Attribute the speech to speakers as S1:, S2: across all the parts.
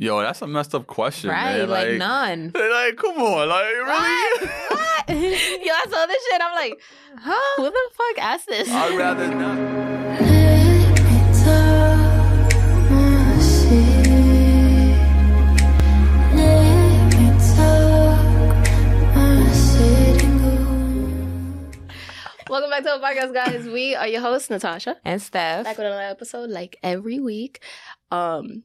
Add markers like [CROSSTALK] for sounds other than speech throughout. S1: Yo, that's a messed up question,
S2: right?
S1: man.
S2: Like, none.
S1: [LAUGHS] Like, come on, like,
S2: What?
S1: really? [LAUGHS]
S2: what? [LAUGHS] Yo, I saw this shit. I'm like, huh? Who the fuck asked this?
S1: I'd rather not.
S2: Welcome back to the podcast, guys. We are your hosts, Natasha.
S3: and Steph.
S2: Back with another episode, like every week. Um,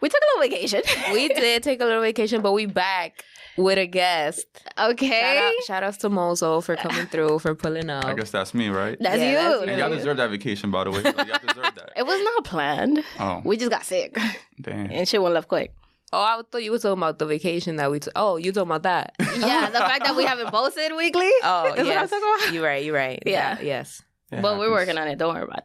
S2: we took a little vacation.
S3: [LAUGHS]
S2: [LAUGHS]
S3: we did take a little vacation, but we back with a
S2: [LAUGHS]
S3: guest. Shout,
S2: okay.
S3: out, shout outs to Mozo for coming through, for pulling up.
S1: I guess that's me, right?
S2: That's
S3: Yeah,
S2: you.
S3: that's
S1: And y'all deserve that vacation, by the way. Like, y'all
S2: [LAUGHS]
S1: deserve that.
S2: It was not planned.
S1: Oh,
S2: We just
S1: [LAUGHS]
S2: got sick
S1: damn.
S2: and shit went left quick.
S3: Oh, I thought you were talking about the vacation that we took. Oh, you talking
S1: [LAUGHS]
S3: about that?
S2: Yeah, the fact that we haven't posted weekly.
S3: [LAUGHS] Oh,
S2: That's what I'm
S3: yes.
S2: talking about.
S3: You're right. You're right.
S2: Yeah.
S3: That- yes.
S2: but we're working on it. Don't worry about it.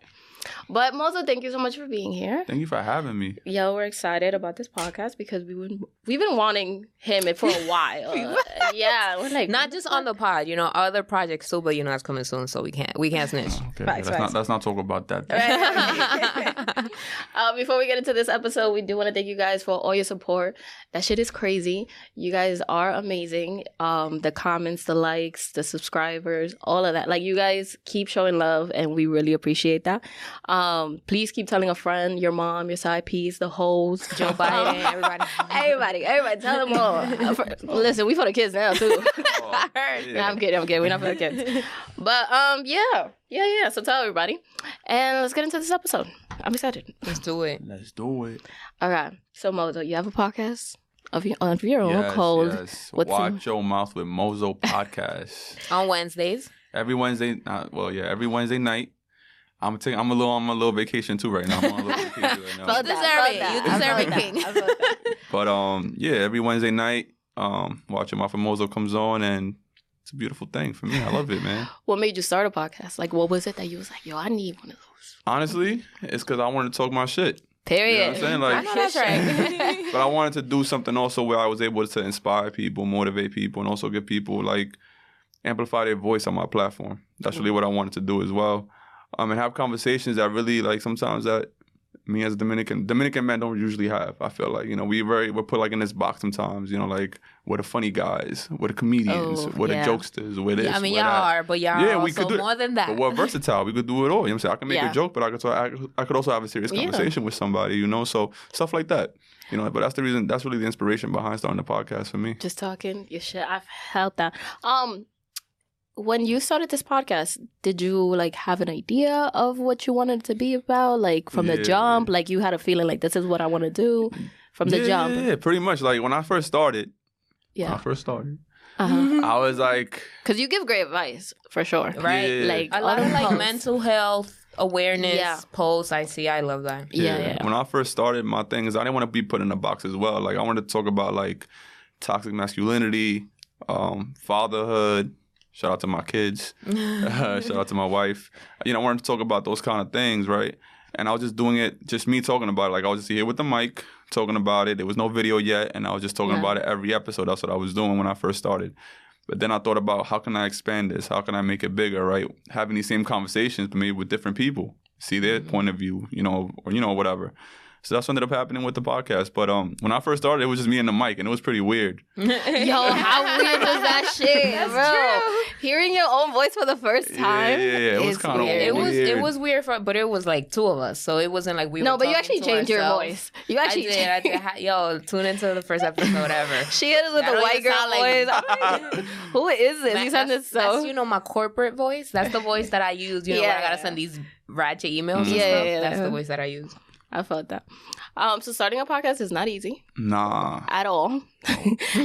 S2: But Mozo, thank you so much for being here.
S1: Thank you for having me.
S2: Yo, we're excited about this podcast because we would we've been wanting him for a
S3: [LAUGHS]
S2: while. yeah, we're like
S3: Not just on the pod, you know, other projects too, but you know, it's coming soon, so we can't we can't snitch.
S1: Okay,
S2: Facts,
S1: let's
S2: facts.
S1: not let's not talk about that. then.
S3: [LAUGHS]
S2: [LAUGHS] [LAUGHS] Right. uh, before we get into this episode, we do want to thank you guys for all your support. That shit is crazy. You guys are amazing. Um, the comments, the likes, the subscribers, all of that. Like you guys keep showing love, and we really appreciate that. Um, please keep telling a friend, your mom, your side piece, the hoes,
S3: Joe Biden, everybody.
S2: Oh. everybody, everybody, tell them all. Uh, for- Listen, we for the kids now too.
S1: Oh,
S2: Nah,
S1: yeah.
S2: I'm kidding. I'm kidding. We're not for the kids. But um, yeah, yeah, yeah. So tell everybody, and let's get into this episode. I'm excited.
S3: Let's do it.
S1: Let's do it.
S2: All right. So Mozo, you have a podcast of your of your own
S1: Yes,
S2: called
S1: yes.
S2: What's
S1: Watch
S2: in-
S1: Your Mouth with Mozo podcast. [LAUGHS]
S3: On Wednesdays.
S1: every Wednesday. Not, well, yeah, every Wednesday night. I'm taking. I'm a little. I'm a little vacation too right now. I'm on a little vacation right now.
S3: Felt
S2: Fuck that,
S3: deserve
S2: fuck
S3: it.
S2: that.
S3: You
S2: I
S3: deserve
S2: fuck
S3: it,
S2: that.
S3: King.
S2: I fuck that.
S1: But um, yeah, every Wednesday night, um, watching Mafia Mozo comes on, and it's a beautiful thing for me. I love it, man.
S2: [LAUGHS] What made you start a podcast? Like, what was it that you was like, yo, I need one of those?
S1: Honestly, it's because I wanted to talk my shit,
S2: Period.
S1: I'm saying? Like-
S3: I know that's right.
S1: [LAUGHS]
S3: [LAUGHS]
S1: but I wanted to do something also where I was able to inspire people, motivate people, and also give people like amplify their voice on my platform. That's really what I wanted to do as well, um, and have conversations that really like sometimes that me as a Dominican Dominican men don't usually have. I feel like you know we very we're put like in this box sometimes. You know, like we're the funny guys, we're the comedians,
S2: Oh,
S1: we're
S2: yeah.
S1: the jokesters, we're this.
S3: I mean,
S1: we're
S3: y'all
S1: that.
S3: are, but y'all
S1: Yeah,
S3: are
S1: we could
S3: also
S1: do it.
S3: more than that.
S1: But we're
S3: [LAUGHS]
S1: versatile. We could do it all. You know what I'm saying? I can make
S2: Yeah.
S1: a joke, but I could, I, could- I could also have a serious
S2: Yeah.
S1: conversation with somebody, you know? So stuff like that. You know, but that's the reason, that's really the inspiration behind starting the podcast for me.
S2: [LAUGHS] Just talking your shit. I've held that. Um, when you started this podcast, did you like have an idea of what you wanted to be about? Like from the
S1: Yeah.
S2: jump, like you had a feeling like this is what I want to do from the
S1: yeah,
S2: jump.
S1: Yeah, pretty much. Like when I first started, when I
S2: Yeah, Uh-huh. Mm-hmm.
S1: first started,
S2: because [GASPS]
S3: Uh-huh.
S1: I was like,
S2: you give great advice for sure.
S3: right?
S1: Yeah.
S2: Like uh,
S3: A
S2: all
S3: lot of
S2: them
S3: like
S2: posts.
S3: mental health awareness
S2: Yeah.
S3: posts. I see. I love that.
S2: Yeah, yeah.
S1: When I first started, my thing is I didn't want to be put in a box as well. Like I wanted to talk about like toxic masculinity, um, fatherhood. Shout out to my kids. [LAUGHS] Shout out to my wife. You know, I wanted to talk about those kind of things, right? And I was just doing it, just me talking about it. Like I was just here with the mic talking about it. There was no video yet, and I was just talking
S2: Yeah.
S1: about it every episode. That's what I was doing when I first started. But then I thought about how can I expand this? How can I make it bigger? Right? Having these same conversations, but maybe with different people, see their point of view, you know, or you know, whatever. So that's what ended up happening with the podcast. But um, when I first started, it was just me and the mic, and it was pretty weird.
S2: [LAUGHS] Yo,
S3: [LAUGHS]
S2: how weird was that shit,
S3: That's
S2: bro?
S3: true.
S2: Hearing your own voice for the first time.
S1: yeah, yeah, yeah. It was
S2: is
S1: kind of
S2: weird.
S3: It was
S1: Weird.
S3: it was weird for, but it was like two of us, so it wasn't like we.
S2: no,
S3: were
S2: but you
S3: talking
S2: actually
S3: to
S2: changed your
S3: ourselves.
S2: voice. You
S3: I
S2: actually
S3: did. I did. Ha- Yo, tune into the first episode ever.
S2: [LAUGHS] She is with
S3: That
S2: the
S3: don't
S2: white
S3: even
S2: girl
S3: sound
S2: voice.
S3: like
S2: I'm like, [LAUGHS] who is this?
S3: That-
S2: You sound
S3: that's-
S2: this so.
S3: that's, you know my corporate voice. That's the voice that I use. You know, when
S2: Yeah,
S3: I gotta
S2: yeah.
S3: send these ratchet emails. and
S1: Mm-hmm.
S2: Yeah,
S3: stuff,
S2: yeah, yeah.
S3: that's the voice that I use.
S2: [LAUGHS] I felt that. Um, so starting a podcast is not easy
S1: nah.
S2: at all. [LAUGHS]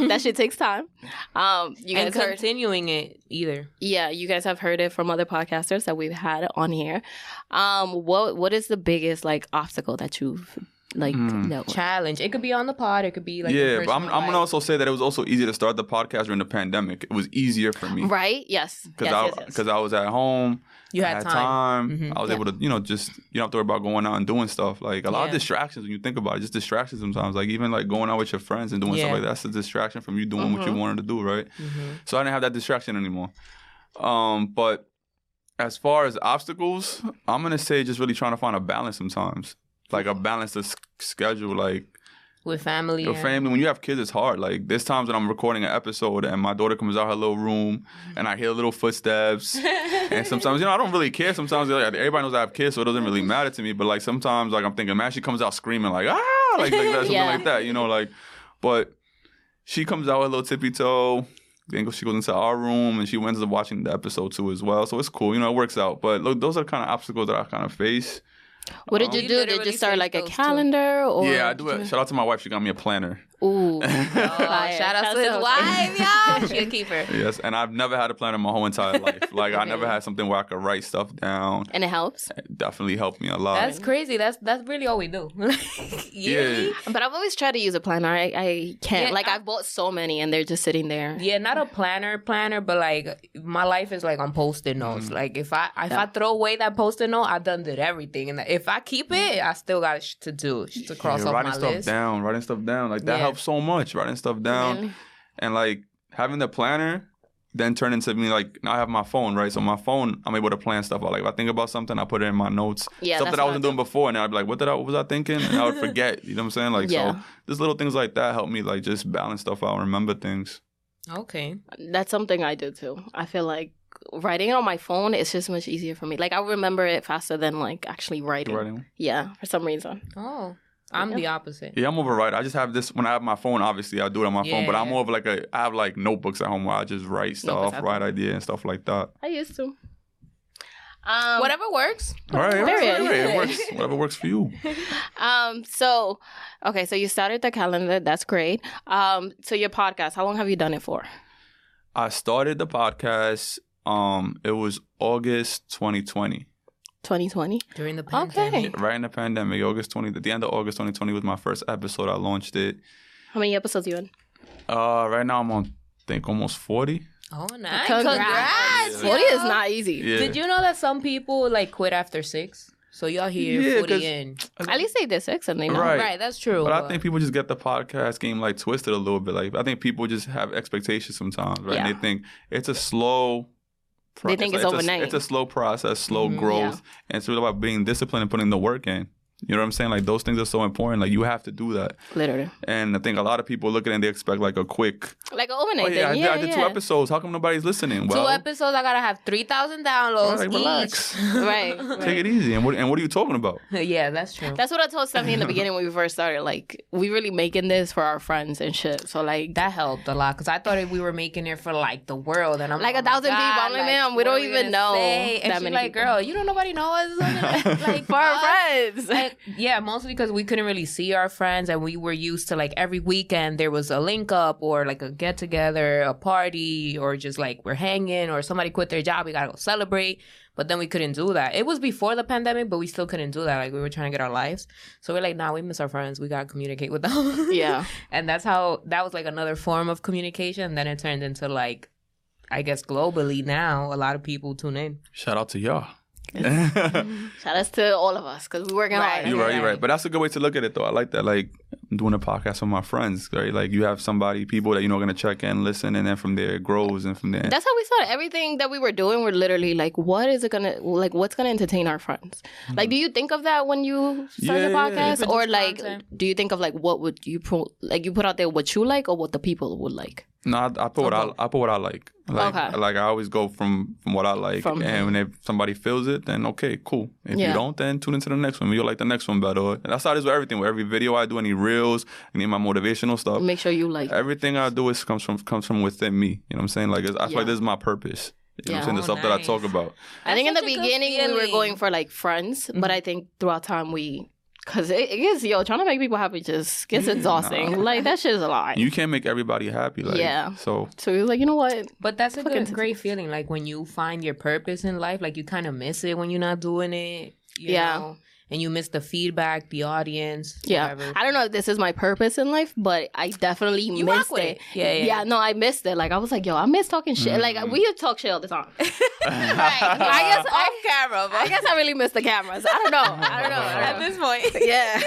S2: that shit takes time. Um, you
S3: and
S2: guys heard,
S3: continuing it either.
S2: yeah, you guys have heard it from other podcasters that we've had on here. Um, what what is the biggest like obstacle that you've like
S1: Mm.
S2: no
S3: Challenge. It could be on the pod. It could be like
S1: yeah,
S3: your
S1: but I'm,
S3: personal
S1: I'm gonna
S3: life.
S1: also say that it was also easy to start the podcast during the pandemic. It was easier for me
S2: right? Yes, yes,
S1: I
S2: yes, yes.
S1: because I was at home.
S3: You
S1: I
S3: had time. Mhm.
S1: I was
S2: Yeah.
S1: able to you know just you don't have to worry about going out and doing stuff. Like a lot of
S3: Yeah.
S1: distractions when you think about it, just distractions sometimes. Like even like going out with your friends and doing
S3: Yeah.
S1: stuff
S3: Mm-hmm.
S1: like that, that's a distraction from you doing what you
S2: Mhm.
S1: wanted to do, right?
S3: Mhm.
S1: So I didn't have that distraction anymore. Um, but as far as obstacles, I'm gonna say just really trying to find a balance sometimes, like a balance to s- schedule. Like
S3: with family.
S1: Your
S3: and- [LAUGHS]
S1: family, when you have kids, it's hard. Like there's times when I'm recording an episode and my daughter comes out her little room and I hear little footsteps. and sometimes, you know, I don't really care. Sometimes like, everybody knows I have kids, so it doesn't really matter to me. But like sometimes, like I'm thinking, man, she comes out screaming like ah, like, like that, something
S2: Yeah.
S1: like that. You know, like, but she comes out with a little tippy toe. Then she goes into our room and she ends up watching the episode too as well. So it's cool, you know, it works out. But look, those are the kind of obstacles that I kind of face.
S2: What did you
S3: You
S2: do? Did you
S3: literally
S2: start
S3: saved
S2: like a
S3: those two.
S2: calendar or?
S1: yeah, I do it. Shout out to my wife; she got me a planner.
S2: Ooh,
S1: [LAUGHS]
S3: Oh,
S2: Fire.
S3: shout out
S2: Shout
S3: to his
S2: out.
S3: wife, y'all. [LAUGHS] She a keeper.
S1: Yes, and I've never had a planner my whole entire
S3: [LAUGHS]
S1: life. Like I never
S3: Okay.
S1: had something where I could write stuff down.
S2: and it helps.
S1: It definitely helped me a lot.
S3: That's crazy. That's that's really all we do. [LAUGHS] yeah.
S1: yeah.
S2: But I've always tried to use a planner. I, I can't.
S3: Yeah,
S2: like
S3: I-
S2: I, have bought so many, and they're just sitting there.
S3: Yeah, not a planner, planner, but like my life is like on
S1: Mm-hmm.
S3: post-it notes. Like if I if I throw away that post-it note, I done did everything, and if I keep it, I still got shit to do shit to cross
S1: Yeah,
S3: off
S1: writing
S3: my
S1: stuff
S3: list.
S1: down, writing stuff down. Like that
S3: Yeah.
S1: helps so much. Writing stuff down
S2: Really?
S1: and like having the planner then turn into me like now I have my phone, right? So my phone, I'm able to plan stuff out. Like if I think about something, I put it in my notes.
S2: Yeah,
S1: stuff
S2: that's
S1: that I
S2: what
S1: wasn't
S2: I do.
S1: doing before, and I'd be like, what did I what was I thinking? And
S3: [LAUGHS]
S1: I would forget. you know what I'm saying? Like
S2: Yeah.
S1: so just little things like that help me like just balance stuff out, remember things.
S3: Okay,
S2: That's something I do too. I feel like writing on my phone is just much easier for me. Like I remember it faster than like actually writing.
S1: Writing.
S2: Yeah, for some reason.
S3: oh, I'm
S2: Yeah.
S3: the opposite.
S1: Yeah, I'm overwrite. I just have this when I have my phone. Obviously, I do it on my phone, but I'm
S3: Yeah.
S1: more of like a. I have like notebooks at home where I just write stuff,
S2: Notebooks at
S1: write ideas and stuff like that.
S2: I used to. Um,
S3: Whatever works.
S1: All right, all right,
S2: Period.
S1: all right, it
S3: [LAUGHS]
S1: works.
S2: [LAUGHS]
S1: Whatever works for you.
S2: Um. So, okay. So you started the calendar. That's great. Um. So your podcast. How long have you done it for?
S1: I started the podcast. Um, it was August 2020,
S2: 2020.
S3: During the
S2: pandemic.
S3: pandemic.
S1: right in the pandemic. August 20, at the end of August 2020 was my first episode. I launched it.
S2: How many episodes you in?
S1: Uh, right now I'm on, I think almost 40.
S3: Oh, nice.
S1: Yeah.
S2: Congrats.
S3: Congrats. yo.
S2: Forty is not easy.
S1: Yeah.
S3: Did you know that some people like quit after six? So y'all here
S1: Yeah, 'cause-
S3: forty in.
S2: At least they did six and they know.
S1: Right.
S3: Right. that's true.
S1: But I think people just get the podcast game like twisted a little bit. Like I think people just have expectations sometimes, right? And
S2: Yeah.
S1: they think it's a slow. Pro-
S2: They think it's
S1: a-
S2: overnight. Mm-hmm.
S1: It's a, slow process, slow
S3: Mhm.
S1: growth, and it's really about being disciplined and putting the work in. You know what I'm saying? Like those things are so important. Like you have to do that.
S2: Literally.
S1: And I think a lot of people look at it and they expect like a quick.
S2: Like an overnight
S1: Oh yeah, I
S2: thing.
S1: did,
S2: Yeah,
S1: I did two
S2: yeah.
S1: episodes. How come nobody's listening?
S3: two
S1: Well,
S3: episodes. I gotta have three thousand downloads
S1: Right,
S3: each. [LAUGHS]
S1: relax.
S2: Right, right.
S1: Take it easy. And what and what are you talking about?
S3: yeah, that's true.
S2: That's what I told Stephanie in the beginning when we first started. Like, we really making this for our friends and shit. So like,
S3: That helped a lot because I thought we were making it for like the world, and I'm
S2: Like
S3: oh
S2: a
S3: my
S2: thousand people.
S3: God,
S2: I'm like, ma'am, we
S3: what
S2: don't
S3: are gonna
S2: even know
S3: say? And
S2: that
S3: she's
S2: many
S3: like,
S2: people.
S3: girl, you don't nobody know us. [LAUGHS] like
S2: for our
S3: us.
S2: friends.
S3: Like, yeah, mostly because we couldn't really see our friends, and we were used to like every weekend there was a link up or like a get together, a party, or just like we're hanging, or somebody quit their job, we gotta go celebrate. But then we couldn't do that. It was before the pandemic, but we still couldn't do that. Like we were trying to get our lives, so we're like, nah, we miss our friends. We gotta communicate with them. [LAUGHS]
S2: yeah.
S3: and that's how that was like another form of communication. Then it turned into like, I guess globally now, a lot of people tune in.
S1: Shout out to y'all.
S2: Shout outs to all of us because we're working
S3: Right.
S2: hard.
S1: You're right, you're right. But that's a good way to look at it, though. I like that. Like I'm doing a podcast with my friends, right? Like you have somebody, people that you know are gonna check in, listen, and then from there it grows, and from there.
S2: That's how we started. Everything that we were doing, we're literally like, what is it gonna like? What's gonna entertain our friends? Like, do you think of that when you
S1: Mm-hmm. Yeah,
S2: start your
S1: yeah, yeah.
S2: podcast, or
S3: Produce
S2: like,
S3: content.
S2: do you think of like what would you pro- like you put out there what you like or what the people would like?
S1: no, I, I put what I, I put what I like. Like,
S2: Okay.
S1: like I always go from from what I like,
S2: From-
S1: and when if somebody feels it, then okay, cool. If you
S2: Yeah.
S1: don't, then tune into the next one. Maybe You'll like the next one better. And that's how it is with everything. With every video I do, any reels, any of my motivational stuff,
S2: Make sure you like.
S1: everything I do is comes from comes from within me. You know what I'm saying? Like it's, I feel like
S2: Yeah.
S1: this is my purpose. You know what I'm
S2: Yeah.
S1: saying? The
S3: Oh,
S1: stuff that I
S3: nice.
S1: talk about.
S2: I think in the
S3: That's such a good
S2: beginning we were
S3: feeling.
S2: going for like friends, but
S1: Mm-hmm.
S2: I think throughout time we. Cause it, it gets yo trying to make people happy just gets
S1: Yeah,
S2: exhausting.
S1: nah.
S2: Like that shit is a lot.
S1: You can't make everybody happy. Like,
S2: Yeah.
S1: So
S2: so he was like, you know what?
S3: But that's a
S2: Fucking
S3: good, great feeling. Like when you find your purpose in life, like you kind of miss it when you're not doing it. You
S2: Yeah.
S3: Know? And you miss the feedback, the audience.
S2: Yeah,
S3: whatever.
S2: I don't know if this is my purpose in life, but I definitely
S3: You rock
S2: missed
S3: with
S2: it.
S3: it. Yeah, yeah.
S2: no, I missed it. Like I was like, yo, I miss talking shit. Like we have talk shit all the time.
S1: [LAUGHS]
S2: I guess I,
S3: camera,
S2: I guess I really miss the cameras. I don't know. I don't know.
S3: [LAUGHS]
S2: I don't know.
S3: this point.
S2: Yeah,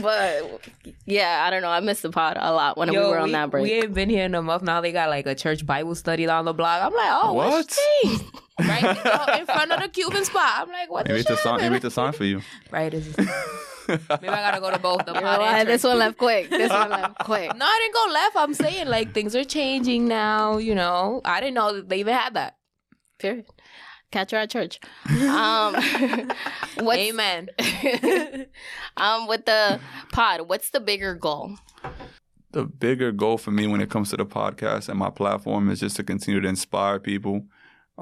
S2: but yeah, I don't know. I missed the pod a lot [LAUGHS] when we were on that break.
S3: We ain't been here in a month. Now they got like a church Bible study on the blog. I'm like, oh, what?
S1: What?
S2: [LAUGHS]
S3: she changed? right in the- in front of the Cuban spot. I'm like, what
S1: Maybe
S3: the
S1: it's a
S3: shit?
S1: sign. Maybe it's
S3: [LAUGHS]
S1: a sign for you.
S3: Right, it's maybe I gotta go to both
S2: [LAUGHS]
S3: of them.
S2: Oh, I
S3: Hot
S2: had this
S3: interns.
S2: one left quick.
S3: [LAUGHS]
S2: This one left quick.
S3: No, I didn't go left. I'm saying like things are changing now. You know, I didn't know that they even had that.
S2: Period. Catch her
S3: [LAUGHS]
S2: at church. Um, [LAUGHS] what's,
S3: Amen.
S2: [LAUGHS] um, with the pod, what's the bigger goal?
S1: [LAUGHS] the bigger goal for me when it comes to the podcast and my platform is just to continue to inspire people,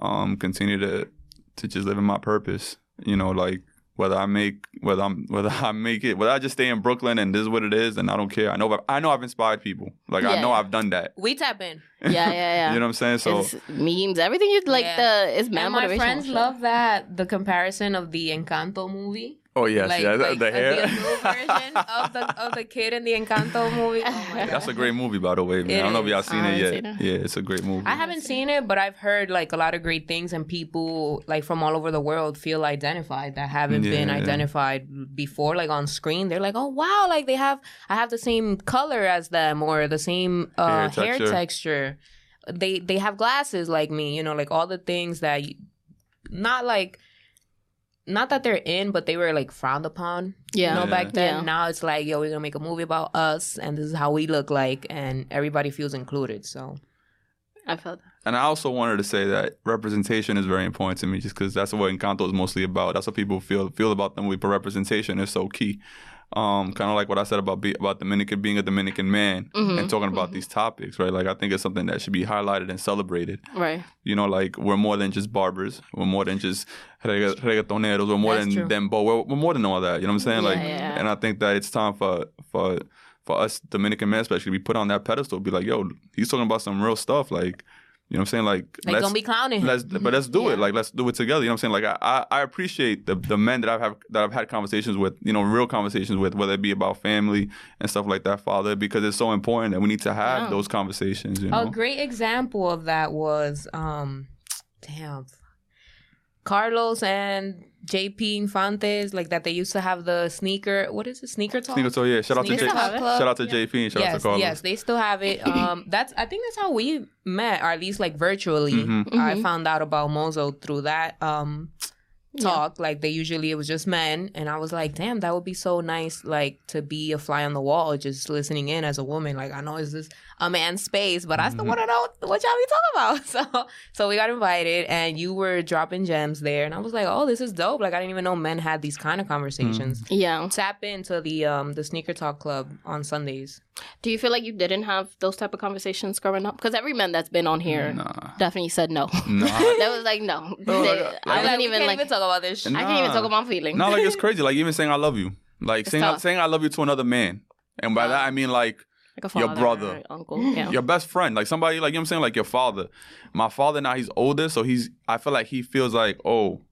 S1: um, continue to to just live in my purpose. You know, like whether I make whether I'm whether I make it whether I just stay in Brooklyn and this is what it is and I don't care. I know I know I've inspired people. Like I
S2: Yeah,
S1: know
S2: yeah.
S1: I've done that.
S3: We tap in.
S2: Yeah, yeah,
S1: [LAUGHS]
S2: yeah.
S1: You know what I'm saying? So
S2: it's memes, everything you like.
S3: Yeah.
S2: The it's
S3: And my
S2: motivational
S3: friends
S2: shit.
S3: love that the comparison of the Encanto movie.
S1: oh yes,
S3: like,
S1: yeah, the-
S3: like
S1: the hair.
S3: adult version of the of the kid in the Encanto movie. Oh my
S1: That's
S3: God.
S1: a great movie, by the way, man.
S3: It
S1: I don't know if y'all
S3: is.
S1: seen
S2: I
S1: it yet.
S2: haven't seen
S1: Yeah, it's a great movie.
S3: I haven't seen it, but I've heard like a lot of great things, and people like from all over the world feel identified that haven't been
S1: Yeah.
S3: identified before. Like on screen, they're like, "Oh wow!" Like they have, I have the same color as them, or the same uh,
S1: Hair
S3: hair,
S1: texture.
S3: texture. They they have glasses like me, you know, like all the things that, you, not like, not that they're in, but they were like frowned upon.
S2: Yeah.
S3: You know,
S1: Yeah.
S3: back then.
S2: Yeah.
S3: Now it's like, yo, we're gonna make a movie about us, and this is how we look like, and everybody feels included. So.
S2: I felt that.
S1: And I also wanted to say that representation is very important to me, just because that's what Encanto is mostly about. That's what people feel feel about the movie, but representation is so key. Um, kind of like what I said about be, about Dominican being a Dominican man
S2: Mhm.
S1: and talking about these topics, right? Like I think it's something that should be highlighted and celebrated.
S2: right.
S1: You know, like we're more than just barbers, we're more than just regga- reggaetoneros, we're more
S3: That's
S1: than
S3: true.
S1: them, but we're, we're more than all that. You know what I'm saying?
S2: Yeah,
S1: like,
S2: yeah.
S1: and I think that it's time for for for us Dominican men, especially, to be put on that pedestal. Be like, yo, he's talking about some real stuff. Like, you know what I'm saying? Like,
S3: Like,
S1: let's-
S3: don't be clowning him.
S1: let's but let's do
S2: Mm-hmm. Yeah.
S1: it like let's do it together you know what i'm saying like i i, I appreciate the, the men that i've have, that i've had conversations with you know real conversations with whether it be about family and stuff like that father because it's so important that we need to have
S2: Yeah. Oh,
S1: those conversations you know
S3: A great example of that was, um, damn, Carlos and JP Infantes, like that they used to have the sneaker. What is it? Sneaker talk.
S1: Sneaker, so oh, yeah shout out to J-
S3: Sneaker
S2: Talk.
S1: shout
S3: Talk Club.
S1: out to jp and shout
S3: yes,
S1: out to carlos
S3: yes, they still have it.
S1: [CLEARS THROAT]
S3: Um, that's I think that's how we met, or at least like virtually.
S1: Mhm.
S3: I
S2: Mhm.
S3: found out about Mozo through that um talk. Like they usually it was just men, and I was like, damn, that would be so nice, like to be a fly on the wall, just listening in as a woman. Like I know it's this a man's space, but I still
S1: Mhm.
S3: want to know what y'all be talking about. [LAUGHS] So so we got invited, and you were dropping gems there, and I was like, oh, this is dope. Like I didn't even know men had these kind of conversations.
S2: Yeah.
S3: Tap into the um the sneaker talk club on Sundays.
S2: Do you feel like you didn't have those type of conversations growing up? Because every man that's been on here
S1: nah
S2: definitely said no. [LAUGHS]
S1: nah [LAUGHS]
S2: that was like no.
S1: No,
S2: They-
S1: like,
S2: [LAUGHS] I
S1: like-
S2: wasn't
S3: we
S2: even
S3: can't
S2: like.
S3: even talk about this. shit.
S2: I can't even
S1: Nah.
S2: talk about my feelings.
S1: Oh, No, like it's crazy. Like even saying I love you, like
S2: It's
S1: saying I,
S2: tough.
S1: saying I love you to another man, and by
S2: tough.
S1: that I mean like
S2: Like a
S1: your
S2: father,
S1: brother.
S2: uncle. Yeah.
S1: your best friend, like somebody, like you know what I'm saying, like your father. My father now he's older, so he's I feel like he feels like oh.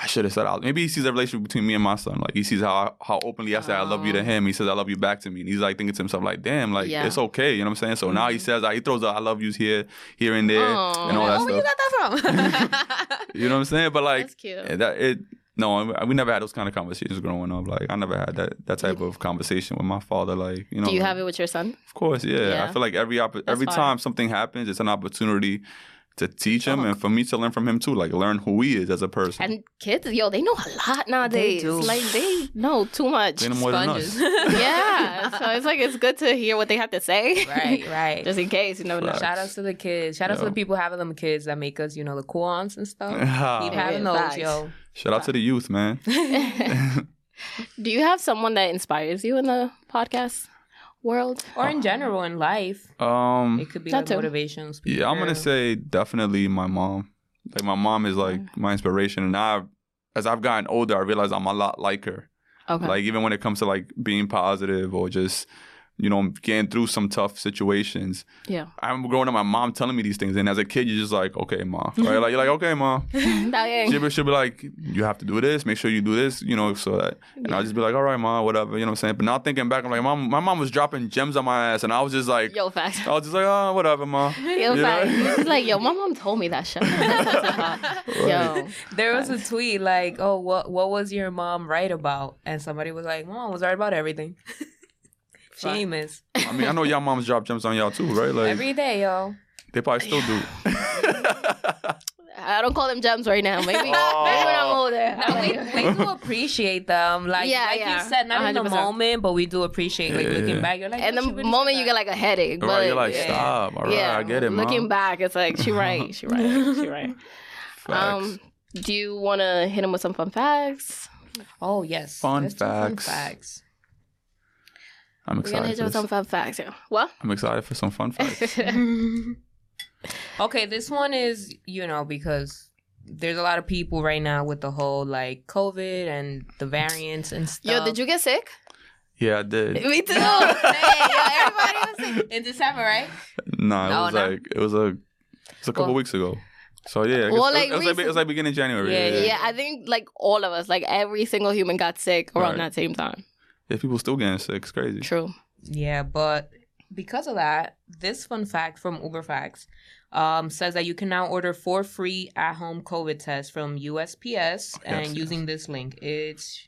S1: I should have said out. Maybe he sees the relationship between me and my son. Like he sees how I, how openly I say I love you to
S3: Oh.
S1: him. He says I love you back to me, and he's like thinking to himself like, "Damn, like
S2: Yeah. Mm-hmm.
S1: it's okay." You know what I'm saying? So now he says like, he throws out I love yous here, here and there,
S2: Aw.
S1: and all
S3: Like,
S1: that
S3: oh,
S1: stuff.
S3: where you got that from? [LAUGHS]
S1: You know what I'm saying? But like eh,
S2: That's cute.
S1: that it no, we never had those kind of conversations growing up. Like I never had that that type of conversation with my father. Like you know,
S2: Do you
S1: like-
S2: have it with your son?
S1: Of course, yeah.
S2: Yeah.
S1: I feel like every oppo- every
S2: fire.
S1: time something happens, it's an opportunity to teach him and for me to learn from him too. Like learn who he is as a person.
S2: And kids, yo, they know a lot nowadays.
S3: do.
S2: Like they know too much.
S1: they know [LAUGHS] more than us.
S2: [LAUGHS]
S3: [LAUGHS]
S2: yeah. So it's like it's good to hear what they have to say.
S3: right, right.
S2: [LAUGHS] Just in case, you know.
S1: Facts.
S3: Shout outs to the kids. Shout out to
S1: Yeah.
S3: the people having them kids that make us, you know, the cool aunts and
S1: [LAUGHS]
S3: [LAUGHS] stuff. Keep
S1: Ah,
S3: having
S2: Yeah,
S3: those,
S2: facts.
S3: yo.
S1: Shout out to the youth, man. [LAUGHS]
S2: [LAUGHS] Do you have someone that inspires you in the podcast world?
S3: Or in general in life.
S1: Um,
S3: It could be
S2: That
S3: like
S2: too.
S3: motivation. Speaker.
S1: yeah, I'm gonna say definitely my mom. Like my mom is like my inspiration, and I, as I've gotten older, I realize I'm a lot like her.
S2: Okay.
S1: Like even when it comes to like being positive or just you know getting through some tough situations.
S2: yeah.
S3: [LAUGHS]
S1: I remember growing up, my mom telling me these things, and as a kid, you're just like, okay,
S2: [LAUGHS]
S1: mom, right? Like you're like, okay, mom. She'll be, she'll be like, you have to do this. Make sure you do this, you know, so that. And I'll just be like, all right, mom, whatever, you know what I'm saying. But now thinking back, I'm like, mom, my mom was dropping gems on my ass, and I was just like,
S2: Yo, facts.
S1: I was just like, oh, whatever,
S2: [LAUGHS]
S1: mom.
S2: Yo,
S1: You know?
S2: facts.
S1: [LAUGHS]
S2: It's like, yo, my mom told me that shit. [LAUGHS] yo.
S3: [LAUGHS] There was a tweet like, "Oh, what what was your mom right about?" And somebody was like, "Mom was right about everything." [LAUGHS] Seamus,
S1: I mean, I know y'all moms drop gems on y'all too, right? Like
S2: [LAUGHS]
S3: every day, yo.
S1: they probably still do.
S2: I don't call them gems right now. Maybe, maybe when
S1: Oh.
S2: I'm older.
S3: No,
S2: [LAUGHS]
S3: we, we
S1: [LAUGHS]
S3: do appreciate them. Like,
S2: Yeah,
S3: like
S2: yeah.
S3: you said, not in the
S2: 100%.
S3: moment, but we do appreciate like
S1: Yeah, yeah,
S3: looking
S1: yeah.
S3: back. You're like,
S2: and
S3: "Oh,
S2: the
S3: she really
S2: moment
S3: said
S2: you
S3: that."
S2: get like a headache,
S1: All
S2: but
S1: right, you're like,
S2: yeah.
S1: stop. All right, I get it, man.
S2: Looking back, it's like she
S1: [LAUGHS]
S2: right, she right, she right. Um,
S1: Facts.
S2: do you want to hit him with some fun facts?
S3: oh yes,
S1: Fun
S3: Let's do fun
S1: facts.
S3: facts.
S1: I'm
S2: We're gonna
S1: excited.
S2: hit
S1: For
S2: you with
S1: this.
S2: some fun facts. Yeah. [LAUGHS] What?
S1: I'm excited for some fun facts.
S3: Okay, this one is you know because there's a lot of people right now with the whole like COVID and the variants and stuff.
S2: Yo, did you get sick?
S1: yeah, I did.
S2: [LAUGHS] Me too.
S3: No, hey, yo, everybody was sick [LAUGHS] in December, right?
S1: Nah, it
S3: No,
S1: was
S3: Oh, no.
S1: like it was a it's a couple
S2: Well-
S1: weeks ago. So yeah, I guess it,
S2: Well,
S1: was-
S2: like,
S1: it was like, it was like beginning January.
S3: Yeah,
S2: yeah, I think like all of us, like every single human got sick around
S1: Right.
S2: that same time.
S1: Yeah, people still getting sick. It's crazy.
S2: True.
S3: Yeah, but because of that, this fun fact from Uber Facts um, says that you can now order four free at-home COVID tests from USPS and
S1: yes.
S3: using this link. It's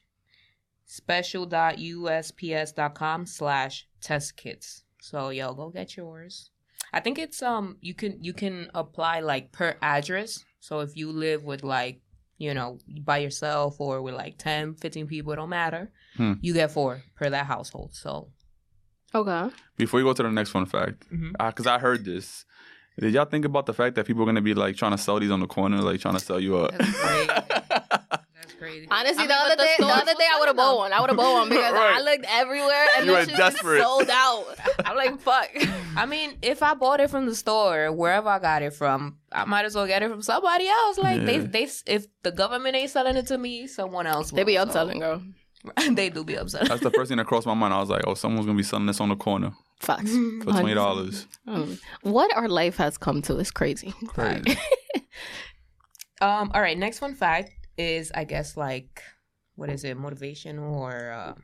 S3: special.usps.com slash test kits. So yo, go get yours. I think it's um you can you can apply like per address. So if you live with like, you know, by yourself or with like 10, 15 people, it don't matter.
S1: Hmm.
S3: You get four per that household. So
S2: Okay.
S1: Before you go to the next fun fact,
S3: Mhm.
S1: because I heard this. Did y'all think about the fact that people are gonna be like trying to sell these on the corner, like trying to sell you up?
S3: That's That's crazy.
S2: Honestly,
S3: I mean,
S2: the
S3: but
S2: other day, the
S3: stores
S2: other
S3: will
S2: day I
S3: sell
S2: would have
S3: them.
S2: bought one. I would have bought one because
S1: Right.
S2: I looked everywhere and
S1: You
S2: then
S1: were
S2: she just
S1: desperate.
S2: sold out. I'm like, fuck.
S3: I mean, if I bought it from the store, wherever I got it from, I might as well get it from somebody else. Like
S1: Yeah.
S3: they, they, if the government ain't selling it to me, someone else.
S2: They be
S3: will, so-
S2: upselling, girl.
S3: [LAUGHS] they do be
S1: [LAUGHS]
S3: upselling.
S1: That's the first thing that crossed my mind. I was like, oh, someone's gonna be selling this on the corner
S2: Facts.
S1: for twenty dollars.
S2: Um, what our life has come to is crazy.
S1: Crazy.
S3: Um. All right. Next fun fact is, I guess, like, what is it? Motivational or uh,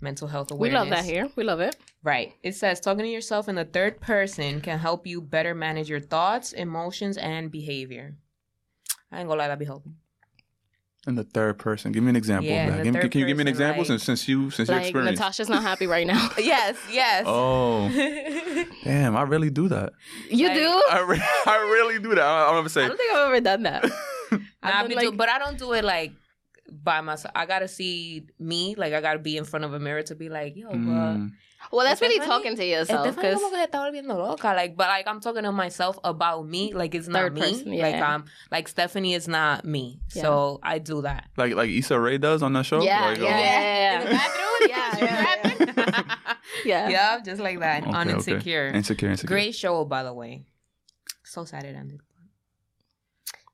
S3: mental health
S2: We
S3: awareness?
S2: love that here. We love it.
S3: Right. It says talking to yourself in the third person can help you better manage your thoughts, emotions, and behavior. I ain't gonna lie, that be helping.
S1: In the third person, give me an example.
S3: Yeah, in
S1: man.
S3: the
S1: Give me-
S3: third
S1: can you give me an
S3: person,
S1: example
S3: like-
S1: since since you since your
S2: Like
S1: experience?
S2: Natasha's not happy
S3: [LAUGHS]
S2: right now.
S3: Yes. Yes. [LAUGHS]
S1: Oh,
S3: I
S1: damn! I really do that.
S2: you
S3: Like-
S2: do?
S1: I, re- [LAUGHS] I really do that. I, I'm gonna
S2: I
S1: say [LAUGHS]
S2: don't think I've ever done that. I've
S3: be
S2: been
S3: do,
S2: like-
S3: but I don't do it like by myself. I gotta see me. Like I gotta be in front of a mirror to be like, yo,
S2: [LAUGHS]
S3: uh,
S1: Mm,
S2: Well, that's really
S3: Estefany-
S2: talking to yourself
S3: Estefany,
S2: because
S3: como que se estaba volviendo loca. Like, but like I'm talking to myself about me. Like it's not
S2: Third
S3: me.
S2: person,
S3: Like
S2: yeah.
S3: I'm like Stephanie is not me. So I do that.
S1: like like Issa Rae does on that show.
S2: Yeah,
S1: like,
S2: yeah.
S3: In the bathroom.
S2: Yeah,
S3: She's
S2: yeah,
S3: [LAUGHS] rapping.
S2: yeah.
S3: Yeah, just like that.
S1: Okay,
S3: on
S1: okay.
S3: Insecure.
S1: oh, insecure, insecure.
S3: Great show, by the way. So sad it ended.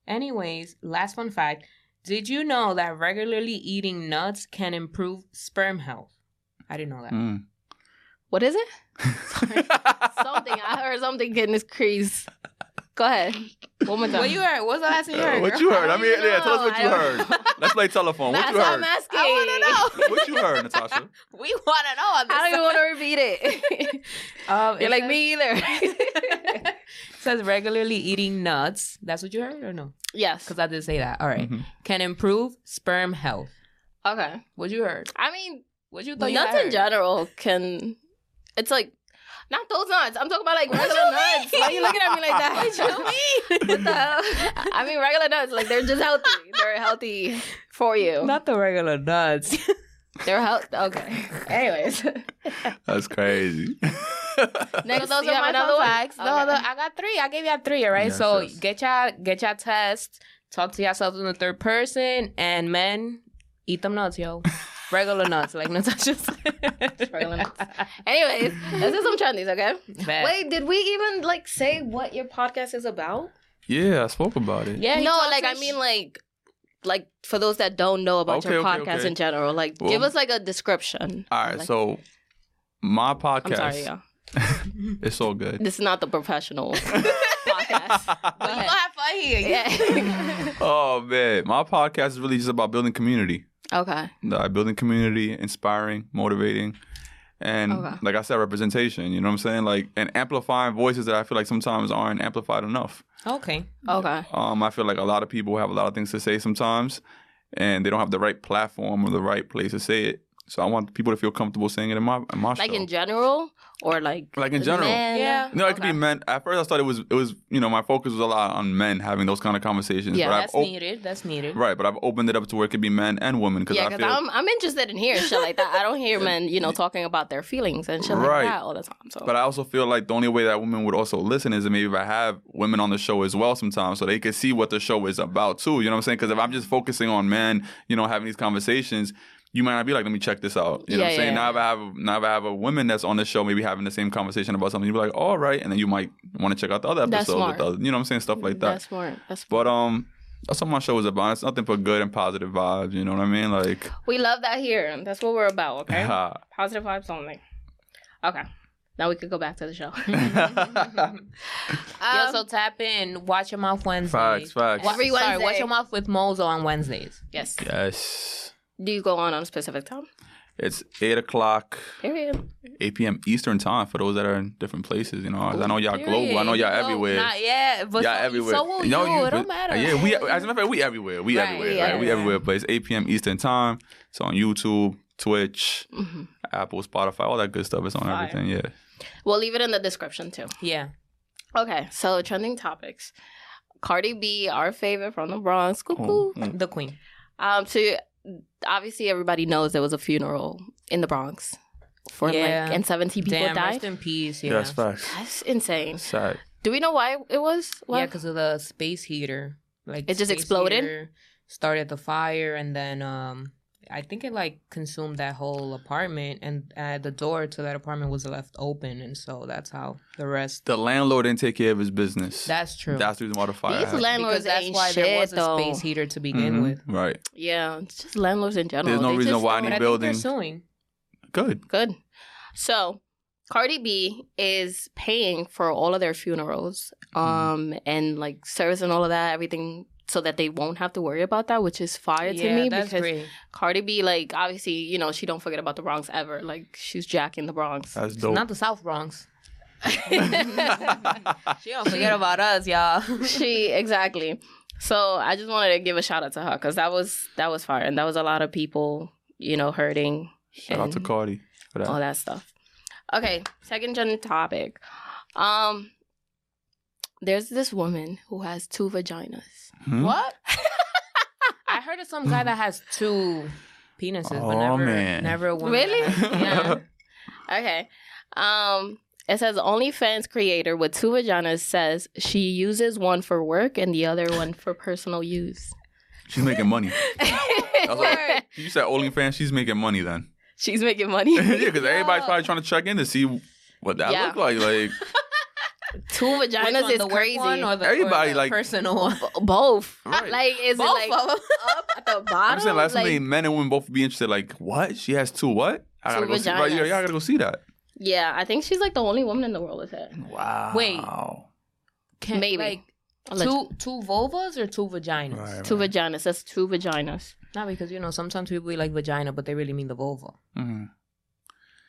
S3: Anyways, last fun fact. Did you know that regularly eating nuts can improve sperm health? I didn't know that.
S2: [LAUGHS]
S1: Mm. Uh,
S2: What is
S1: [LAUGHS]
S2: it? Something I heard something getting this crease. Go ahead. One more time.
S3: What you heard? What's the last thing you
S1: Uh,
S3: heard?
S1: what
S3: girl?
S1: you heard?
S3: How
S1: I
S3: do
S1: mean,
S3: you
S1: yeah. Tell us
S3: know?
S1: what you
S2: I
S1: heard.
S2: don't [LAUGHS]
S1: Let's play telephone.
S2: That's
S1: What you
S2: what I'm
S1: heard?
S2: asking.
S3: I wanna know. [LAUGHS]
S1: What you heard,
S2: [LAUGHS]
S1: Natasha?
S3: We want to know. On this
S2: I don't even want to repeat it. [LAUGHS]
S3: Um,
S2: You're
S3: it
S2: like
S3: says-
S2: me either.
S1: [LAUGHS]
S3: [LAUGHS] It says regularly eating nuts. That's what you heard or no?
S2: yes.
S3: Because I did say that. All right.
S1: Mhm.
S3: Can improve sperm health.
S2: Okay.
S3: What you heard?
S2: I mean,
S3: What you thought you
S2: nuts
S3: heard?
S2: in general can. It's like not those nuts. I'm talking about like
S3: What
S2: regular
S3: you
S2: nuts.
S3: mean?
S2: Why are you looking at me like that?
S3: [LAUGHS]
S1: [LAUGHS]
S3: What you mean?
S2: [LAUGHS] What the hell? I mean, regular nuts. Like they're just healthy. They're healthy for you.
S3: Not the regular [LAUGHS] nuts.
S2: They're healthy. Okay. Anyways.
S1: That's
S2: [LAUGHS]
S1: crazy. [LAUGHS]
S2: Next,
S3: those
S2: you
S3: are
S2: have
S3: my
S2: another
S3: fun
S2: one?
S3: facts. No,
S2: Okay.
S3: no, I got three. I gave y'all three, all right?
S1: Yes,
S3: so
S1: yes.
S3: get y'all get y'all test. Talk to yourselves in the third person, and men eat them nuts,
S1: [LAUGHS]
S3: yo. Regular nuts, like Natasha said.
S2: [LAUGHS] Regular
S3: [LAUGHS]
S2: nuts. Anyways, this is some trendies, okay?
S3: Bet.
S2: Wait, did we even like say what your podcast is about?
S1: yeah, I spoke about it.
S3: yeah, he
S2: no,
S3: talks
S2: like I
S3: his
S2: mean, like, like for those that don't know about your
S1: Okay, okay,
S2: podcast
S1: okay.
S2: in general, like, give
S1: Well-
S2: us like a description.
S1: All right,
S2: Like-
S1: so my podcast.
S2: I'm sorry, y'all.
S1: It's all
S2: [LAUGHS]
S1: good. [LAUGHS]
S2: This is not the professional podcast.
S3: But you
S2: ahead.
S3: gonna have fun
S2: [LAUGHS]
S3: here.
S2: Yeah. [LAUGHS]
S1: oh man, my podcast is really just about building community.
S2: okay.
S1: Like, building community, inspiring, motivating, and
S2: Okay.
S1: like I said, representation. You know what I'm saying? Like and amplifying voices that I feel like sometimes aren't amplified enough. [LAUGHS]
S3: Okay.
S2: Okay.
S1: Um, I feel like a lot of people have a lot of things to say sometimes, and they don't have the right platform or the right place to say it. So I want people to feel comfortable saying it in my in my
S2: Like
S1: show.
S2: in general, or like
S1: like in general.
S2: men?
S3: Yeah.
S1: No, it could be men. At first, I thought it was it was you know my focus was a lot on men having those kind of conversations.
S2: Yeah,
S1: but
S3: That's
S1: I've op-
S3: needed. That's needed.
S1: Oh. right, but I've opened it up to where it could be men and women because
S2: Yeah,
S1: I
S2: because
S1: feel
S2: I'm I'm interested in hearing shit like that. I don't
S1: [LAUGHS]
S2: hear men, you know, talking about their feelings and shit
S1: Right.
S2: like that all the time. So
S1: But I also feel like the only way that women would also listen is maybe if I have women on the show as well sometimes so they can see what the show is about too. You know what I'm saying? Because if I'm just focusing on men, you know, having these conversations, you might not be like, let me check this out. You know what I'm
S2: Yeah,
S1: saying?
S2: yeah.
S1: Now if I have now if I have a woman that's on the show maybe having the same conversation about something, you'll be like, all right. And then you might want to check out the other
S2: That's
S1: episodes with
S2: smart.
S1: the other, you know what I'm saying? Stuff like that.
S2: That's smart. That's
S1: but um that's what my show is about. It's nothing but good and positive vibes, you know what I mean? Like
S2: we love that here. That's what we're about.
S1: [LAUGHS]
S2: Okay. [LAUGHS] Positive vibes only. Okay. Now we could go back to the
S3: [LAUGHS]
S2: show. [LAUGHS]
S3: Yeah,
S2: Um,
S3: so tap in. Watch your mouth Wednesday.
S1: Facts, facts.
S3: Wa-
S2: Every
S3: Sorry, watch
S2: Wednesday.
S3: your mouth with Mozo on Wednesdays.
S2: yes.
S1: yes.
S2: Do you go on on a specific time?
S1: It's eight o'clock.
S2: Period.
S1: 8 p.m. Eastern time for those that are in different places. You know, 'cause I know y'all global. I know y'all
S3: Period.
S1: everywhere.
S3: Not yet, but
S1: y'all
S3: so,
S1: everywhere.
S3: So will
S1: No,
S3: you.
S1: you-
S3: It
S1: but-
S3: don't matter.
S1: Yeah, we as a matter of fact, we everywhere. We
S3: Right,
S1: everywhere.
S2: yeah.
S1: right? We everywhere. But it's 8 p.m. Eastern time. It's on YouTube, Twitch,
S2: Mhm.
S1: Apple, Spotify, all that good stuff. It's on
S2: Fire.
S1: everything. Yeah.
S2: We'll leave it in the description too.
S3: Yeah.
S2: Okay. So trending topics. Cardi B, our favorite from the Bronx. Cuckoo.
S1: Mm, mm.
S3: The queen.
S2: Um, so obviously everybody knows there was a funeral in the Bronx for
S3: Yeah.
S2: like and 70 people
S3: Damn,
S2: died.
S3: rest in peace. Yeah.
S1: Yeah, that's facts.
S2: That's insane.
S1: Sad.
S2: Do we know why it was? What?
S3: Yeah, because of the space heater. Like
S2: It just
S3: space
S2: exploded?
S3: heater started the fire, and then um, I think it like consumed that whole apartment, and uh, the door to that apartment was left open, and so that's how the rest.
S1: The landlord didn't take care of his business.
S3: That's true.
S1: That's the reason why the fire.
S2: These
S1: happened.
S3: because
S2: landlords
S3: that's
S2: ain't
S3: why
S2: shit
S3: there was a
S2: though.
S3: space heater to begin
S1: Mhm.
S3: with.
S1: Right.
S2: Yeah, it's just landlords in general.
S1: There's no
S2: They
S1: reason
S2: just
S1: why
S2: don't-
S3: But I think they're
S1: building.
S3: suing.
S1: Good.
S2: Good. So, Cardi B is paying for all of their funerals,
S3: Mm-hmm.
S2: um, and like service and all of that, everything, so that they won't have to worry about that, which is fire to
S3: Yeah,
S2: me
S3: that's
S2: because
S3: great.
S2: Cardi B, like, obviously, you know, she don't forget about the Bronx ever. Like, she's jacking the
S3: [LAUGHS]
S2: Bronx.
S1: That's dope.
S3: Not the South Bronx. She don't forget about us, y'all.
S2: [LAUGHS]
S3: [LAUGHS]
S2: she exactly. So I just wanted to give a shout out to her because that was that was fire, and that was a lot of people, you know, hurting
S1: [LAUGHS] Shout
S3: [LAUGHS]
S1: out to
S2: and-
S1: Cardi for that.
S2: all that stuff. Okay, second gen topic. Um, there's this woman who has two vaginas.
S1: Hmm?
S3: what? I heard of some guy that has two penises, but
S1: Oh,
S3: never,
S1: man.
S3: never a woman. that
S2: Really?
S3: has-
S1: [LAUGHS]
S3: Yeah.
S2: Okay, um, it says OnlyFans creator with two vaginas says she uses one for work and the other one for personal use.
S3: [LAUGHS]
S1: She's making money.
S3: Word.
S1: You said OnlyFans. She's making money then.
S2: [LAUGHS] She's making
S1: [LAUGHS]
S2: money.
S1: yeah, because everybody's probably trying to check in to see what that
S2: Yeah.
S1: look like. Like
S2: two
S3: Which
S2: vaginas
S3: one,
S2: is
S3: the work
S2: crazy.
S3: one or the,
S1: Everybody,
S3: or the
S1: like-
S3: personal
S2: [LAUGHS]
S3: one.
S2: B- both.
S1: Right.
S2: Like, is
S3: Both
S2: it like
S3: of them.
S2: up at the
S1: I'm
S2: bottom?
S1: saying, last
S2: like,
S1: like, men and women both be interested. Like what? She has two what? I
S2: Two
S1: gotta go see. Right, yeah,
S2: vaginas.
S1: y'all gotta go see that.
S2: yeah, I think she's like the only woman in the world with it.
S1: Wow.
S3: Wait. Can-
S2: Maybe.
S3: like
S2: Alleg-
S3: two two vulvas or two vaginas.
S2: two vaginas. That's two vaginas.
S3: Not because you know sometimes people be like vagina, but they really mean the vulva.
S1: Mhm.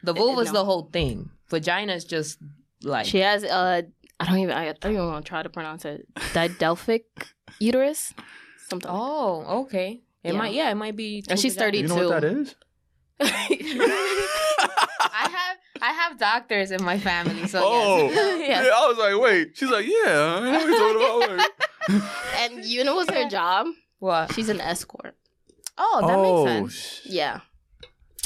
S3: The vulva is
S2: no.
S3: the whole thing. Vagina is just like
S2: She has uh I don't even I don't even want to try to pronounce it.
S3: [LAUGHS]
S2: Didelphic uterus? Something. like
S3: Oh, okay. It
S2: Yeah.
S3: might yeah, it might be.
S2: And
S3: two
S2: she's
S3: vaginas.
S2: 30.
S1: You know what that [LAUGHS] is?
S3: Oh. I have I have doctors in my family, so
S1: oh,
S3: yes. [LAUGHS]
S1: yeah. I was like, wait. She's like, yeah. I know what you're talking about. Like,
S2: that. [LAUGHS] And you know what's her job?
S3: What?
S2: She's an escort.
S3: Oh, that
S1: oh,
S3: makes sense.
S1: sh-
S2: Yeah.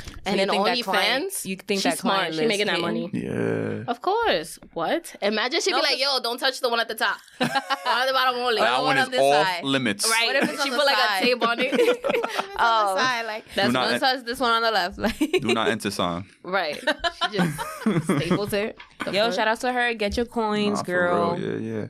S3: So
S2: and
S3: you
S2: in
S3: think that client-
S2: OnlyFans,
S3: you think
S2: she's
S3: that client
S2: smart. She
S3: list
S2: making that
S3: hitting?
S2: money.
S1: yeah.
S2: Of course. What? Imagine she'd
S3: No,
S2: be like, "Yo, don't touch the one at
S3: [LAUGHS]
S2: the top. the one at the bottom only."
S1: That
S3: the
S1: one
S3: one
S1: is
S3: on this
S1: off
S3: side.
S1: limits.
S2: Right.
S3: What if it's
S2: she
S3: on
S2: put
S3: the
S2: like
S3: side?
S2: a tape on it.
S3: [LAUGHS]
S2: [LAUGHS]
S3: Oh,
S2: Oh.
S3: like
S1: Do
S3: that's
S1: not-
S3: one touch this one on the left. Like, [LAUGHS]
S1: Do not enter sign.
S2: [LAUGHS] right. She
S1: [LAUGHS]
S2: just staples it. The
S3: yo,
S2: fuck?
S3: shout out to her. Get your coins,
S1: Nah, for
S3: girl.
S1: real, Yeah, yeah.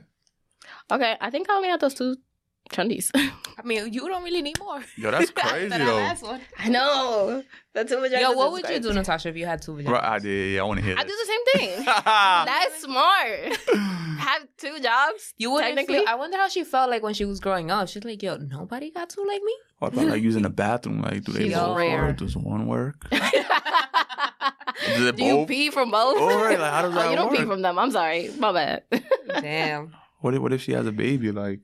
S2: Okay, I think I only had those two [LAUGHS] trendies.
S3: I mean, you don't really need more. [LAUGHS]
S1: Yo, that's crazy
S3: After that
S1: though.
S3: last one.
S2: I know. That's what
S3: Yo, what would you do, Natasha, if you had two vaginas?
S1: Right, I did. Yeah, I want to hear.
S2: I do the same [LAUGHS] thing.
S1: this.
S2: That's smart.
S1: [LAUGHS]
S2: [LAUGHS] Have two jobs.
S3: You wouldn't
S2: Technically-
S3: feel- I wonder how she felt like when she was growing up. She's like, yo, nobody got two like me.
S1: What about like using the bathroom? Like, do they
S3: She's
S1: both
S3: rare.
S1: work? Does one work?
S2: [LAUGHS] do
S1: Does it
S2: you
S1: both?
S2: pee from both?
S1: Oh, right, like, how does
S2: [LAUGHS] [LAUGHS] oh,
S1: that
S2: you don't pee
S1: work?
S2: from them. I'm sorry. My bad.
S3: [LAUGHS] Damn.
S1: What if, what if she has a baby? Like,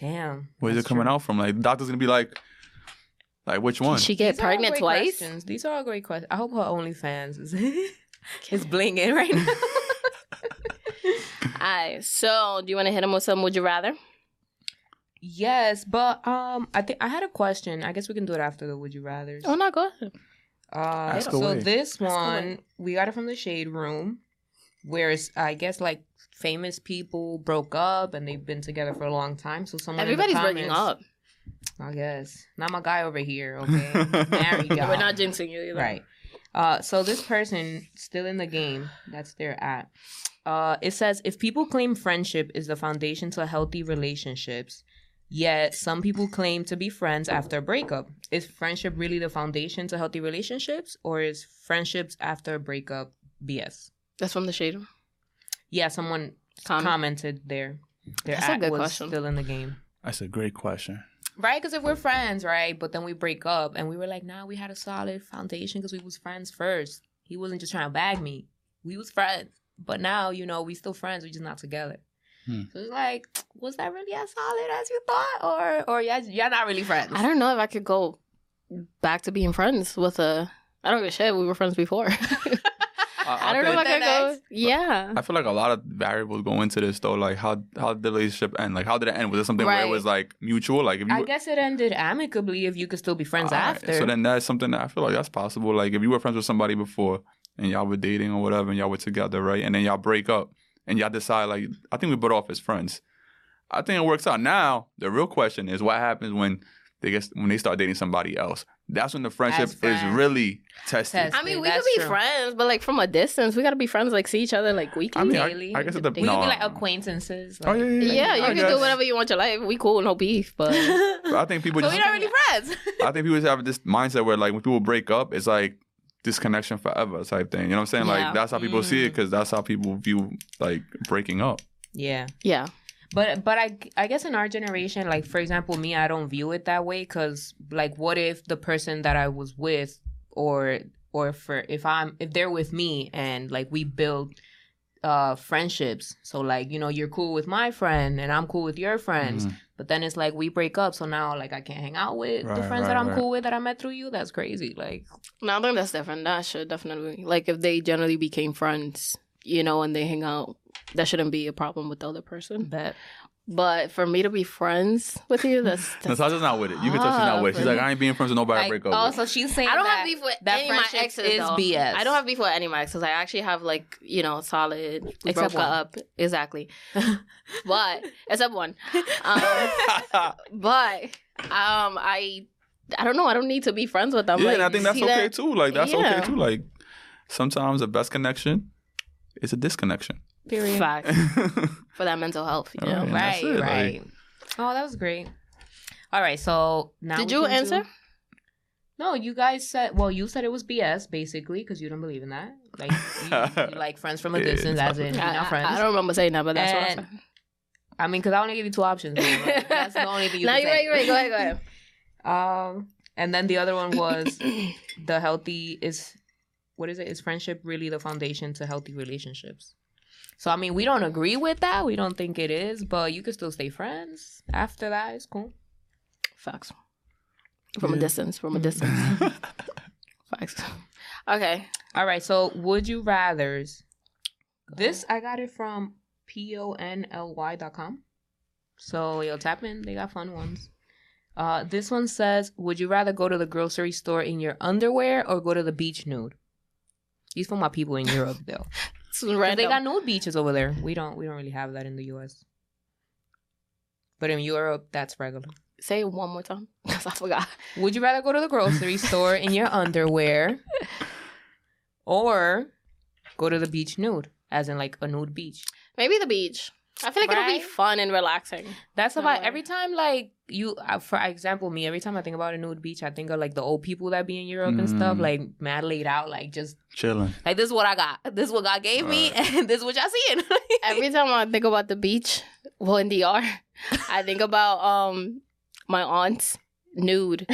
S3: Damn.
S1: where's it coming out from? Like, the doctor's gonna be like, Like which one?
S2: She get
S3: These are all
S2: pregnant
S3: great
S2: twice.
S3: questions. These are all great questions. I hope her OnlyFans is, [LAUGHS] is blinging right [LAUGHS] now.
S2: Aye. So, do you want to hit him with some? Would you rather?
S3: yes, but um, I think I had a question. I guess we can do it after the Would You Rather.
S2: Oh no, go
S1: Mm,
S2: ahead.
S3: Uh,
S1: Ask
S3: so
S1: away.
S3: this
S2: away.
S3: one we got it from the Shade Room, where it's, I guess like famous people broke up and they've been together for a long time. So someone in the
S2: Everybody's breaking
S3: comments-
S2: up.
S3: I guess not my guy over
S1: [LAUGHS]
S3: here. Okay, married guy.
S2: We're not jinxing you either.
S3: Right. Uh, so this person still in the game. That's their at. Uh, it says if people claim friendship is the foundation to healthy relationships, yet some people claim to be friends after a breakup. Is friendship really the foundation to healthy relationships, or is friendships after a breakup BS?
S2: That's from the shade. Room.
S3: Yeah, someone
S2: Comment.
S3: commented there. Their
S2: Um, That's a
S3: at
S2: good
S3: was
S2: question.
S3: still in the game.
S1: That's a great question.
S3: Right, because if we're friends, right, but then we break up, and we were like, nah, we had a solid foundation because we was friends first. He wasn't just trying to bag me. We was friends, but now you know we still friends. We just not together.
S1: Hmm.
S3: So it's like, was that really as solid as you thought, or or y'all, y'all not really friends? [LAUGHS]
S2: I don't know if I could go back to being friends with a. I don't give a shit. We were friends before. [LAUGHS] I don't know if I
S1: think-
S2: could
S3: With an
S2: go.
S3: ex?
S2: Yeah.
S1: I feel like a lot of variables go into this though. Like how how did the relationship end? Like how did it end? Was it something where it
S2: Right.
S1: was like mutual? Like if you
S3: I guess it ended amicably if you could still be friends
S1: All right,
S3: after.
S1: So then that's something that I feel like that's possible. Like if you were friends with somebody before and y'all were dating or whatever and y'all were together, right? And then y'all break up and y'all decide like I think we butt off as friends. I think it works out. Now the real question is what happens when they get when they start dating somebody else. That's when the friendship is
S3: friends.
S1: really tested.
S3: Test.
S2: I mean, we
S3: That's
S2: could be
S3: true.
S2: friends, but like from a distance, we gotta be friends. Like see each other like weekly.
S1: I mean,
S3: Daily.
S1: I, I guess it depends.
S2: We
S3: we could
S1: no.
S3: be like acquaintances.
S1: Oh
S3: Like,
S1: yeah, yeah.
S2: yeah,
S1: I
S2: you can
S1: guess.
S2: do whatever you want your life. We cool, no beef, but [LAUGHS]
S1: But [LAUGHS] I think people
S3: but
S1: just
S3: we not really friends.
S1: I think people just have this mindset where like when people break up, it's like disconnection forever type thing. You know what I'm saying?
S2: Yeah.
S1: Like that's how people see it
S3: Mm.
S1: because that's how people view like breaking up.
S3: yeah.
S2: yeah.
S3: But but I I guess in our generation, like for example, me, I don't view it that way because like, what if the person that I was with, or or for if I'm if they're with me and like we build uh friendships, so like you know you're cool with my friend and I'm cool with your friends,
S1: Mhm.
S3: but then it's like we break up, so now like I can't hang out with the
S1: Right,
S3: friends
S1: right,
S3: that I'm
S1: right.
S3: cool with that I met through you. That's crazy. Like
S2: No, I think that's different. That should definitely like if they generally became friends, you know, and they hang out, that shouldn't be a problem with the other person.
S3: that.
S2: But for me to be friends with you,
S1: [LAUGHS]
S2: that's,
S1: No,
S2: that's
S1: Sasha's not with it. You can tell she's not with it. She's like, I ain't being friends with nobody I
S3: Oh, Like,
S1: break up
S3: oh,
S1: with.
S3: so she's saying
S2: I don't
S3: that,
S2: have beef with
S3: that
S2: any of my
S3: friendship
S2: exes
S3: is
S2: though.
S3: BS.
S2: I don't have beef with any of my exes. I actually have like you know solid we
S3: Except
S2: broke
S3: one.
S2: up
S3: [LAUGHS]
S2: exactly, but except one. Um,
S1: [LAUGHS]
S2: but um, I I don't know. I don't need to be friends with them.
S1: yeah,
S2: like,
S1: and I think that's
S2: see
S1: okay
S2: that-
S1: too. Like that's
S2: Yeah.
S1: okay too. Like sometimes the best connection is a disconnection.
S3: Period.
S2: Fact
S1: All
S2: for that mental health. You know?
S1: right, and that's
S3: right,
S1: it, like-
S3: right. oh, that was great. All right, so now
S2: Did
S3: we
S2: you
S3: can do-
S2: answer?
S3: No, you guys said. Well, you said it was BS basically because you don't believe in that. Like, you,
S1: [LAUGHS]
S3: you like friends from a
S1: Yeah,
S3: distance,
S1: it's
S3: as
S1: not-
S3: in you're
S2: I,
S3: not
S2: I-
S3: friends.
S2: I
S3: I,
S2: don't remember saying that, but that's
S3: And-
S2: what I said.
S3: mean, because I only gave you two options. though,
S2: [LAUGHS]
S3: like, that's the only thing you.
S2: no,
S3: can
S2: you're
S3: say.
S2: right. You're right. Go ahead. Go ahead.
S3: [LAUGHS] Um, and then the
S1: [COUGHS]
S3: other one was [CLEARS THROAT]
S2: I
S3: the healthy is, what is it? Is friendship really the foundation to healthy relationships? So I mean, we don't agree with that. We don't think it is, but you can still stay friends after that. It's cool.
S2: Facts. From a
S1: Yeah.
S2: distance. From a
S3: Mm.
S2: distance. Facts. [LAUGHS] Okay.
S3: All right, so would you rather's? This I got it from p o n l y dot com. So yo, tap in. They got fun ones. Uh, this one says, "Would you rather go to the grocery store in your underwear or go to the beach nude?" These for my people in Europe though. 'Cause
S2: It's random.
S3: They got nude beaches over there. We don't. We don't really have that in the U.S. But in Europe, that's regular.
S2: Say it one more time [LAUGHS] because I forgot.
S3: Would you rather go to the grocery store in your underwear or go to the beach nude, as in like a nude beach?
S2: Maybe the beach. I feel like it'll be
S3: Right?
S2: fun and relaxing.
S3: That's about
S2: Underwear.
S3: every time, like you, uh, for example, me, every time I think about a nude beach, I think of like the old people that be in Europe and stuff,
S1: Mm.
S3: like mad laid out, like just
S1: [LAUGHS] Chilling.
S3: like this is what I got, [LAUGHS] this is what God gave me, [LAUGHS] and this is what y'all seeing.
S2: Every time I think about the beach, well, in DR,
S3: [LAUGHS]
S2: I think about um my aunt's nude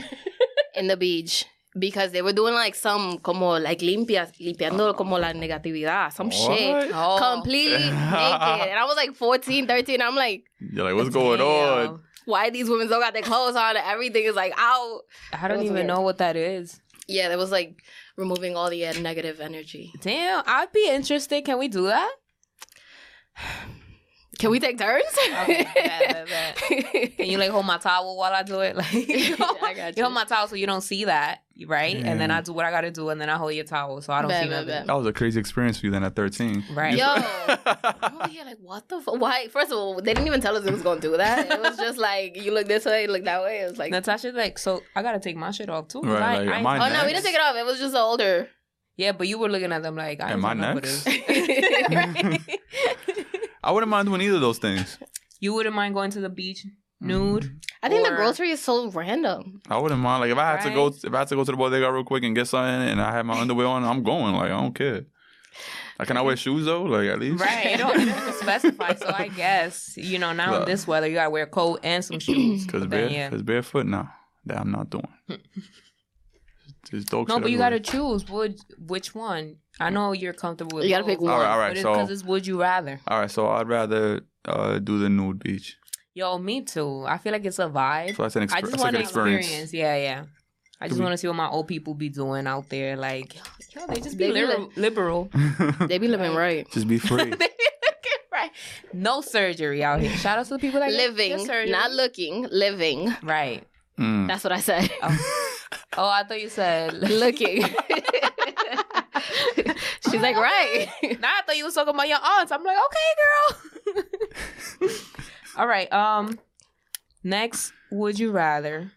S2: in the beach because they were doing like some como like limpias limpiando como la negatividad some shit.
S1: What?
S3: oh,
S2: completely naked. And I was like 14, 13. I'm like,
S1: You're like, what's going on?
S2: why these women don't got their clothes on and everything is like out.
S3: I don't
S2: Those
S3: even
S2: weird.
S3: know what that is.
S2: Yeah, that was like removing all the uh, negative energy.
S3: Damn, I'd be interested. Can we do that?
S2: Can we take turns? [LAUGHS]
S3: bet, bet, [LAUGHS] bet. Can you like hold my towel while I do it? [LAUGHS] Like you, know,
S2: I got
S3: you
S2: you.
S3: hold my towel so you don't see that, right? And then
S1: Yeah.
S3: I do what I gotta do, and then I hold your towel so I don't
S2: Bet,
S3: see
S2: bet,
S3: nothing.
S1: That was a crazy experience for you then at 13.
S3: Right.
S2: Yo. I'm over here Oh, like, what the fuck? Why? First of all, they didn't even tell us it was gonna do that. It was just like you look this way, you look that way. It was like,
S3: Natasha's like, so I gotta take my shit off too. 'cause
S1: Right, like,
S3: I- I ain't-
S1: am I
S2: oh no, we didn't take it off. It was just the older. [LAUGHS]
S3: Yeah, but you were looking at them like, I
S1: Am I
S3: don't know what
S1: next?
S3: it is.
S1: [LAUGHS] I wouldn't mind doing either of those things.
S3: you wouldn't mind going to the beach
S1: Mm-hmm.
S3: nude?
S2: I think
S3: Or-
S2: the grocery is so random.
S1: I wouldn't mind. Like if I had to go,
S3: Right.
S1: if I had to go to the bodega real quick and get something, and I had my underwear on, I'm going. Like I don't care. Like can I wear shoes though? Like at least.
S3: Right. It don't, it doesn't specify. So I guess, you know, now in
S1: Look.
S3: this weather, you gotta wear a coat and some shoes.
S1: Cause
S3: Mm. But
S1: bare,
S3: then, yeah. Hmm.
S1: cause barefoot now that I'm not doing. It's dog
S3: No,
S1: shit
S3: but you
S1: everywhere.
S3: gotta choose which, which one. I know you're comfortable with
S2: You gotta pick
S3: both,
S2: one.
S1: All right, all
S3: But
S1: right.
S3: it's
S1: So,
S3: because it's would you rather.
S1: all right. So I'd rather uh, do the nude beach.
S3: Yo, me too. I feel like it's a vibe.
S1: So that's an, exper-
S3: I just
S1: that's a
S3: want
S1: good
S3: to
S1: experience.
S3: experience. Yeah, yeah. I just
S1: we-
S3: want to see what my old people be doing out there. Like, yo, they just be
S2: They be
S3: liber- liberal.
S2: They be living right.
S1: [LAUGHS] Just be free.
S3: [LAUGHS] They be looking right. No surgery out here. Shout out to the people that get- get
S2: Living,
S3: surgery.
S2: not looking, living.
S3: right. [LAUGHS]
S1: Mm.
S2: That's what I said. [LAUGHS]
S3: Oh, I thought you said [LAUGHS]
S2: looking. She's like, right.
S3: Now I thought you was talking about your aunts. I'm like, okay, girl. [LAUGHS] All right. Um. Next, would you rather?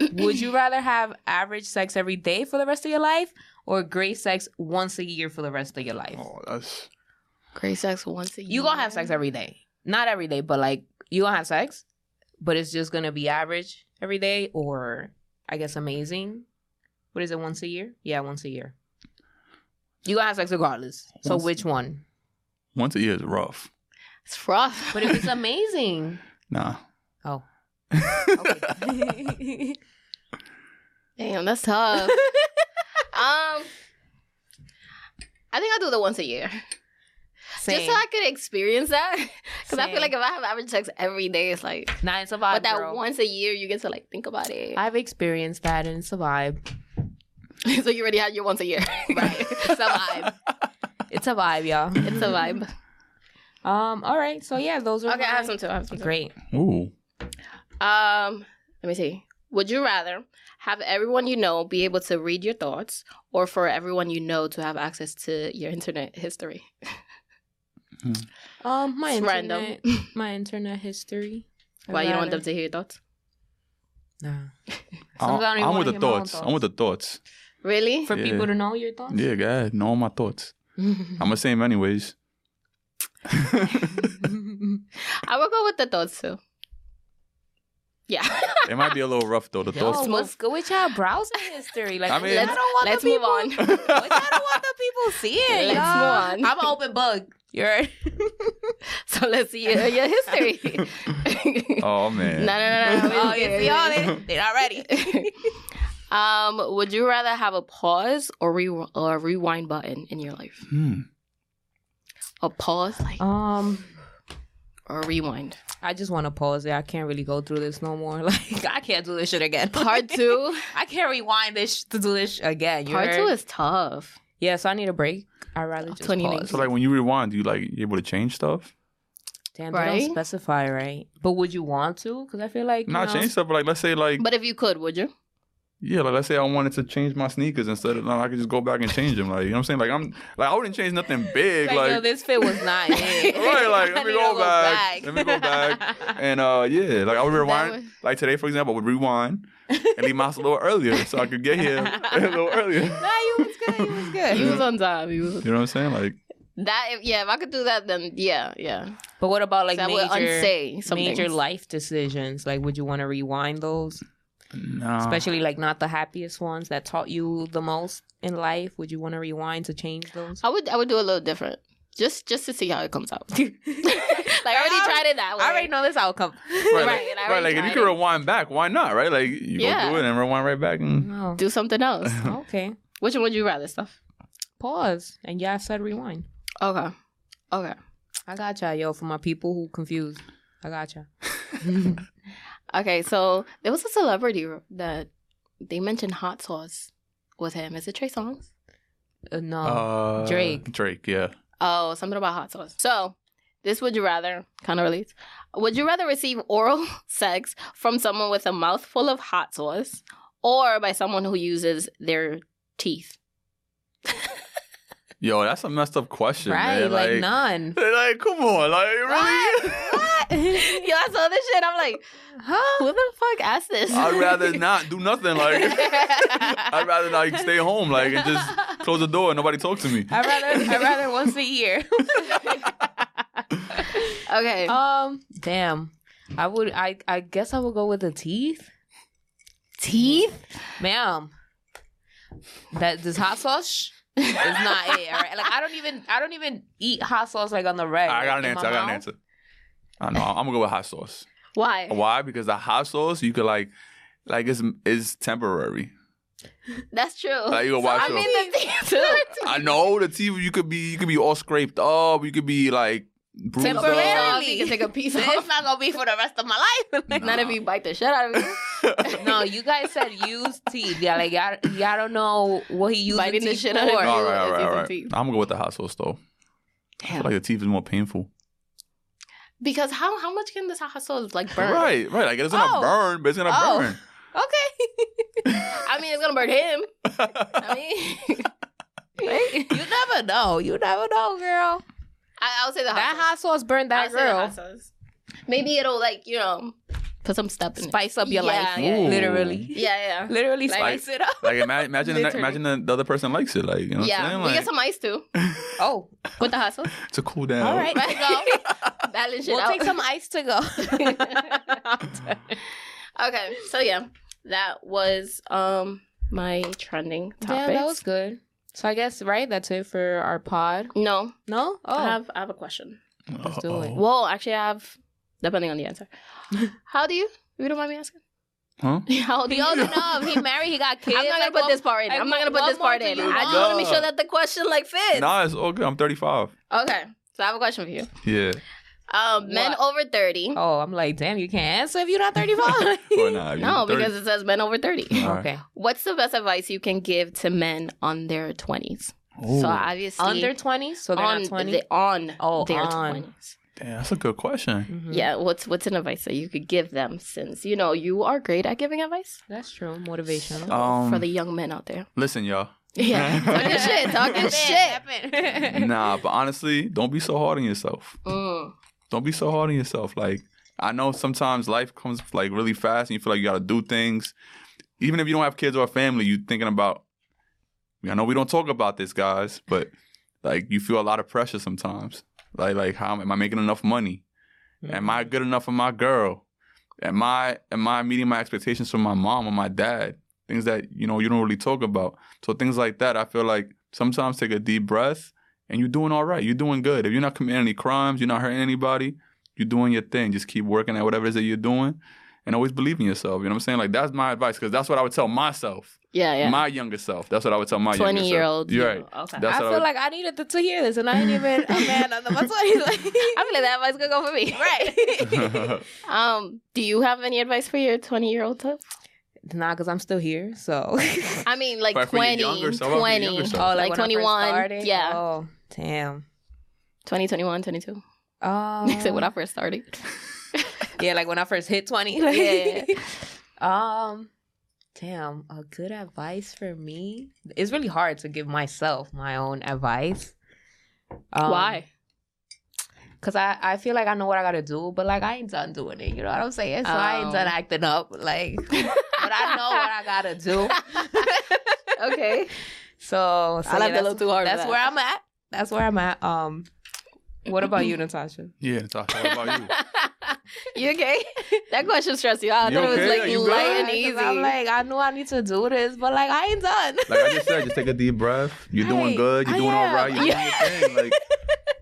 S3: Would you rather have average sex every day for the rest of your life, or great sex once a year for the rest of your life?
S1: Oh, that's
S2: [LAUGHS] Great sex once a year.
S3: You gonna have sex every day. Not every day, but like you gonna have sex, but it's just gonna be average every day, or I guess amazing. What is it? Once a year? Yeah, once a year. You gonna have sex regardless. So
S1: Once-
S3: which one?
S1: once a year is rough.
S2: It's rough.
S3: But if it's amazing,
S1: Nah. [LAUGHS]
S3: oh,
S2: [LAUGHS]
S3: [LAUGHS]
S2: Damn, that's
S3: Uh,
S2: [LAUGHS] tough. um, I think I'll do the once a year. Just so I could experience that. Because I feel like if I have average sex every day, it's like,
S3: nine it's a vibe,
S2: but that
S3: girl.
S2: once a year, you get to like think about it.
S3: I've experienced that and it's a vibe.
S2: [LAUGHS] so you already had your once a year. [LAUGHS]
S3: Right. it's a vibe. It's a vibe, y'all.
S2: It's a vibe.
S3: [LAUGHS] Um. All right. So yeah, those are
S2: Okay, I have
S3: my-
S2: some too. I have some too.
S3: Great.
S1: Ooh.
S2: Um, let me see. Would you rather have everyone you know be able to read your thoughts or for everyone you know to have access to your internet history?
S3: Um, my
S2: It's
S3: internet,
S2: random.
S3: my internet history.
S2: Why you don't want them to hear your thoughts?
S3: Nah. Sometimes I don't
S1: I,
S3: even
S1: am
S3: wanna
S1: with the
S3: hear my own
S1: thoughts. I'm with the thoughts.
S2: Really?
S3: For
S1: Yeah.
S3: people to know your thoughts. [LAUGHS]
S1: Yeah, God, know all my thoughts. I'm the same anyways. [LAUGHS]
S2: I will go with the thoughts too. Yeah. [LAUGHS]
S1: it might be a little rough though. The
S3: Yo,
S1: thoughts.
S3: what's good with y'all browsing history? Like,
S1: I
S3: I,
S1: mean-
S3: don't want
S2: Let's
S3: the
S2: move
S3: people. [LAUGHS]
S2: on.
S3: Which I don't want the people seeing.
S2: Let's
S3: y'all.
S2: move on.
S3: I'm an open book. You're
S2: So let's see your, your [LAUGHS] history.
S1: [LAUGHS]
S2: no,
S1: oh man.
S2: no, no, no.
S3: [LAUGHS] oh, you see
S1: [LAUGHS]
S3: all they, they not ready.
S2: [LAUGHS] um, would you rather have a pause or re or a rewind button in your life?
S1: Hmm.
S2: A pause, like
S3: Um,
S2: or a [LAUGHS] rewind.
S3: I just want to pause it. I can't really go through this no more. [LAUGHS] Like, I can't do this shit again. [LAUGHS]
S2: Part two.
S3: I can't rewind this sh- to do this sh- again. You
S2: [LAUGHS] Part
S3: heard?
S2: two is tough.
S3: Yeah, so I need a break. I'd rather
S2: Of
S3: just
S2: 20
S3: pause.
S2: minutes.
S1: So like when you rewind, you like you able to change stuff?
S3: Damn, they
S2: Right?
S3: don't specify, right? But would you want to? Because I feel like you
S1: Not
S3: know,
S1: change stuff, but like let's say like
S2: But if you could, would you?
S1: yeah, like let's say I wanted to change my sneakers instead of no, I could just go back and change them. Like you know what I'm saying? Like I'm like I wouldn't change nothing big.
S3: Like,
S1: Like,
S3: yo, this fit was
S1: [LAUGHS]
S3: not it.
S1: Right, like, let
S3: I [LAUGHS]
S1: me
S3: need
S1: go
S3: to
S1: back. Let me go and uh yeah, like I would rewind.
S2: would-
S1: Like today, for example, I would rewind and leave mine a little earlier so I could get [LAUGHS] here a little earlier.
S3: [LAUGHS] nah, you was good. You was
S1: [LAUGHS]
S2: He
S3: good.
S2: was on time. He was
S1: You know what I'm saying? Like
S2: that. If, yeah, if I could do that, then yeah, yeah.
S3: But what about like
S2: that
S3: major,
S2: would unsay some
S3: major
S2: things.
S3: life decisions? Like, would you want to rewind those?
S1: Uh. nah.
S3: Especially like not the happiest ones that taught you the most in life. Would you want to rewind to change [LAUGHS] those?
S2: I would I would do a little different. Just just to see how it comes
S3: [LAUGHS]
S2: out. [LAUGHS] like I already
S3: I-
S2: tried it that way.
S3: I already know this outcome.
S1: right,
S2: Right, and
S1: like,
S2: I
S1: right,
S2: already
S1: like if you
S2: tried
S1: could
S2: it.
S1: rewind back, why not? Right, like you
S2: Yeah.
S1: go do it and rewind right back, and
S3: [LAUGHS] Oh,
S2: Do something else.
S3: [LAUGHS] okay.
S2: Which one would you rather stuff?
S3: Pause. And yeah, I said rewind.
S2: Okay. Okay. [LAUGHS]
S3: I gotcha, yo, for my people who confused. I gotcha.
S2: Okay, so there was a celebrity that they mentioned hot sauce with him. Is it Trey Songz?
S3: Uh, no.
S1: Oh,
S4: Uh,
S3: Drake.
S4: Drake, yeah.
S2: Oh, something about hot sauce. So this would you rather kind of relates. Would you rather receive oral [LAUGHS] sex from someone with a mouthful of hot sauce or by someone who uses their teeth?
S1: Yo, that's a messed up question,
S3: right,
S1: man.
S3: like, none.
S1: [LAUGHS] like, come on, like really?
S2: What? [LAUGHS] Yo, I saw this shit. I'm like,
S3: Huh?
S2: who the fuck asked this?
S1: [LAUGHS] I'd
S2: [LAUGHS]
S1: rather not do nothing. Like, [LAUGHS] I'd rather like stay home, like, and just close the door and nobody talk to me.
S3: I'd rather I'd rather once
S1: [LAUGHS]
S3: a year.
S2: okay.
S3: um damn. I would I I guess I would go with the teeth. Teeth? Ma'am. That this hot sauce sh- is not it. All right? Like I don't even I don't even eat hot sauce like on the red.
S1: I got an
S3: like, in
S1: answer.
S3: my
S1: I got an
S3: mouth.
S1: answer. I know. I'm gonna go with hot sauce.
S2: Why?
S1: Why? Because the hot sauce you could like, like it's it's temporary.
S2: That's true.
S1: Like you could watch.
S2: I
S1: your-
S2: mean the [LAUGHS] teeth too.
S1: I know the TV. You could be you could be all scraped up. You could be like bruised up.
S3: Temporarily.
S2: Temporarily, [LAUGHS] you can take a
S3: [LAUGHS]
S2: piece
S3: It's
S2: off.
S3: not gonna be for the rest of my
S1: [LAUGHS]
S3: life. Like,
S2: None of you bite the shit out of me.
S3: No, you guys said use teeth. Yeah, like y'all, y'all don't know what he used
S2: Biting the
S3: teeth
S2: shit
S3: for.
S2: out of
S1: all right,
S2: It's
S1: all right, all
S2: using
S1: right.
S2: teeth.
S1: I'm gonna go with the hot sauce though. I feel like the teeth is more painful.
S2: [LAUGHS] Because how how much can this hot sauce like burn?
S1: Right, right. Like it's gonna
S3: Oh.
S1: burn, but it's gonna
S3: Oh.
S1: burn.
S3: Okay,
S2: I mean, it's gonna burn him. I
S3: [LAUGHS]
S2: mean, right?
S3: you never know. You never know, girl.
S2: I, I would say the hot
S3: That
S2: sauce.
S3: hot sauce burned
S2: I
S3: that
S2: would say the
S3: girl.
S2: hot sauce. Maybe it'll like you know put some stuff in. it.
S3: Spice up your
S2: Yeah,
S3: life,
S1: yeah, yeah.
S3: literally,
S2: Yeah, yeah.
S3: literally
S2: Like-
S3: spice it up.
S1: Like ima- imagine, the,
S2: Literally.
S1: imagine the, the other person likes it. Like you know, what
S2: yeah,
S1: I'm
S2: we get
S1: saying?
S2: some ice too
S3: [LAUGHS] Oh,
S2: with the [LAUGHS] hot sauce.
S1: Like, to cool down. [LAUGHS]
S3: all right,
S2: Right. [LAUGHS] Balance it
S3: we'll
S2: out.
S3: take some ice to [LAUGHS] go.
S2: [LAUGHS] okay, so yeah, that was um my trending topic.
S3: Damn, that was good. So I guess right, that's it for our pod.
S2: No,
S3: No, oh,
S2: I have I have a question.
S3: Let's do it.
S1: Uh-oh.
S2: Well, actually, I have depending on the [LAUGHS] answer. How do you? You don't mind me asking?
S1: Huh?
S2: [LAUGHS] How old are
S3: he
S2: you?
S3: old enough. He married. He got kids.
S2: [LAUGHS] I'm not gonna
S3: Like,
S2: put
S3: what-
S2: this part in.
S3: like,
S2: I'm not gonna
S3: what
S2: put this
S3: more
S2: part
S3: do
S2: in.
S3: you
S2: I
S1: want?
S2: just want to make sure that the question like fits.
S1: Nah, it's all good. I'm 35.
S2: Okay, so I have a question for you.
S1: Yeah.
S2: Um, men
S3: What?
S2: over thirty.
S3: Oh, I'm like, damn, you can't answer if you're [LAUGHS] not 35.
S1: Or nah,
S2: No,
S1: you're 30.
S2: because it says men over thirty.
S1: All right.
S3: okay,
S2: What's the best advice you can give to men on their twenties?
S1: Ooh.
S2: So obviously
S3: under 20, so they're
S2: on
S3: not 20.
S2: the- on
S3: Oh,
S2: their
S3: on.
S2: twenties.
S1: Damn, that's a good question.
S3: Mhm.
S2: Yeah, what's what's an advice that you could give them since you know you are great at giving advice
S3: That's true. Motivational.
S1: Um,
S2: for the young men out
S1: [LAUGHS]
S2: there.
S1: listen, y'all.
S2: Yeah, [LAUGHS]
S1: [LAUGHS]
S2: talking shit, talking shit.
S3: shit.
S1: Nah, but honestly, don't be so hard on yourself.
S2: Mm.
S1: Don't be so hard on yourself. Like I know sometimes life comes like really fast, and you feel like you gotta do things. Even if you don't have kids or a family, you thinking about. I know we don't talk about this, guys, but like you feel a lot of pressure sometimes. Like like how am I making enough money? Am I good enough for my girl? Am I am I meeting my expectations from my mom or my dad? Things that you know you don't really talk about. So things like that, I feel like sometimes take a deep breath and you're doing all right. You're doing good. If you're not committing any crimes, you're not hurting anybody. You're doing your thing. Just keep working at whatever it is that you're doing, and always believe in yourself. You know what I'm saying? Like that's my advice because that's what I would tell myself,
S2: Yeah, yeah.
S1: my younger self. That's what I would tell my
S2: Twenty
S1: younger
S2: year
S1: self.
S2: old.
S1: You're
S2: you
S1: right.
S2: [LAUGHS]
S1: [LAUGHS]
S2: know, Okay.
S1: That's what
S3: I
S1: I
S3: feel
S1: would-
S3: like I needed to, to hear this, and I ain't even
S2: [LAUGHS]
S3: a man under [LAUGHS] my 20s.
S2: I feel like that advice could go for me.
S1: [LAUGHS]
S3: right.
S2: [LAUGHS] Um, do you have any advice for your 20 year old self?
S3: nah, because I'm still here, so. [LAUGHS] Oh,
S2: I mean, [LAUGHS] like
S1: But for your
S2: 20,
S1: younger self, how about your
S2: 20,
S1: younger self? Oh,
S2: like,
S3: when I first
S2: 21.
S3: started?
S2: Yeah.
S3: Oh,
S2: [LAUGHS]
S3: damn.
S2: twenty, twenty-one, twenty-two. [LAUGHS] 20, 21, 22.
S3: Um,
S2: They said when I first started.
S1: [LAUGHS]
S3: yeah, like when I first hit 20. Like,
S2: [LAUGHS] yeah.
S3: [LAUGHS] Um, damn, a good advice for me. It's really hard to give myself my own advice. Um,
S2: [LAUGHS] Why?
S3: Cause I I feel like I know what I gotta do, but like I ain't done doing it. You know what I'm saying? So I ain't done
S2: Oh.
S3: acting up.
S2: [LAUGHS]
S3: Like, but I know what I gotta do.
S2: Okay.
S3: So, so
S2: I
S3: yeah,
S2: laughed a little
S3: that's,
S2: too hard. for
S3: that's
S2: that.
S3: where I'm at. That's where I'm at. Um, what about you,
S1: [LAUGHS]
S3: Natasha?
S1: yeah, Natasha, what about you?
S2: [LAUGHS] you okay? [LAUGHS] That question stressed you out. I
S1: You
S2: thought
S1: okay? Are
S2: it
S1: you
S2: was
S1: good?
S2: like light and
S3: 'Cause
S2: easy.
S3: I'm like, I know I need to do this, but like I ain't done.
S1: Like I just said, just take a deep breath. You're doing
S3: Right.
S1: good. You're
S3: I
S1: doing all
S3: am.
S1: right. You're doing your
S2: [LAUGHS]
S1: thing. Like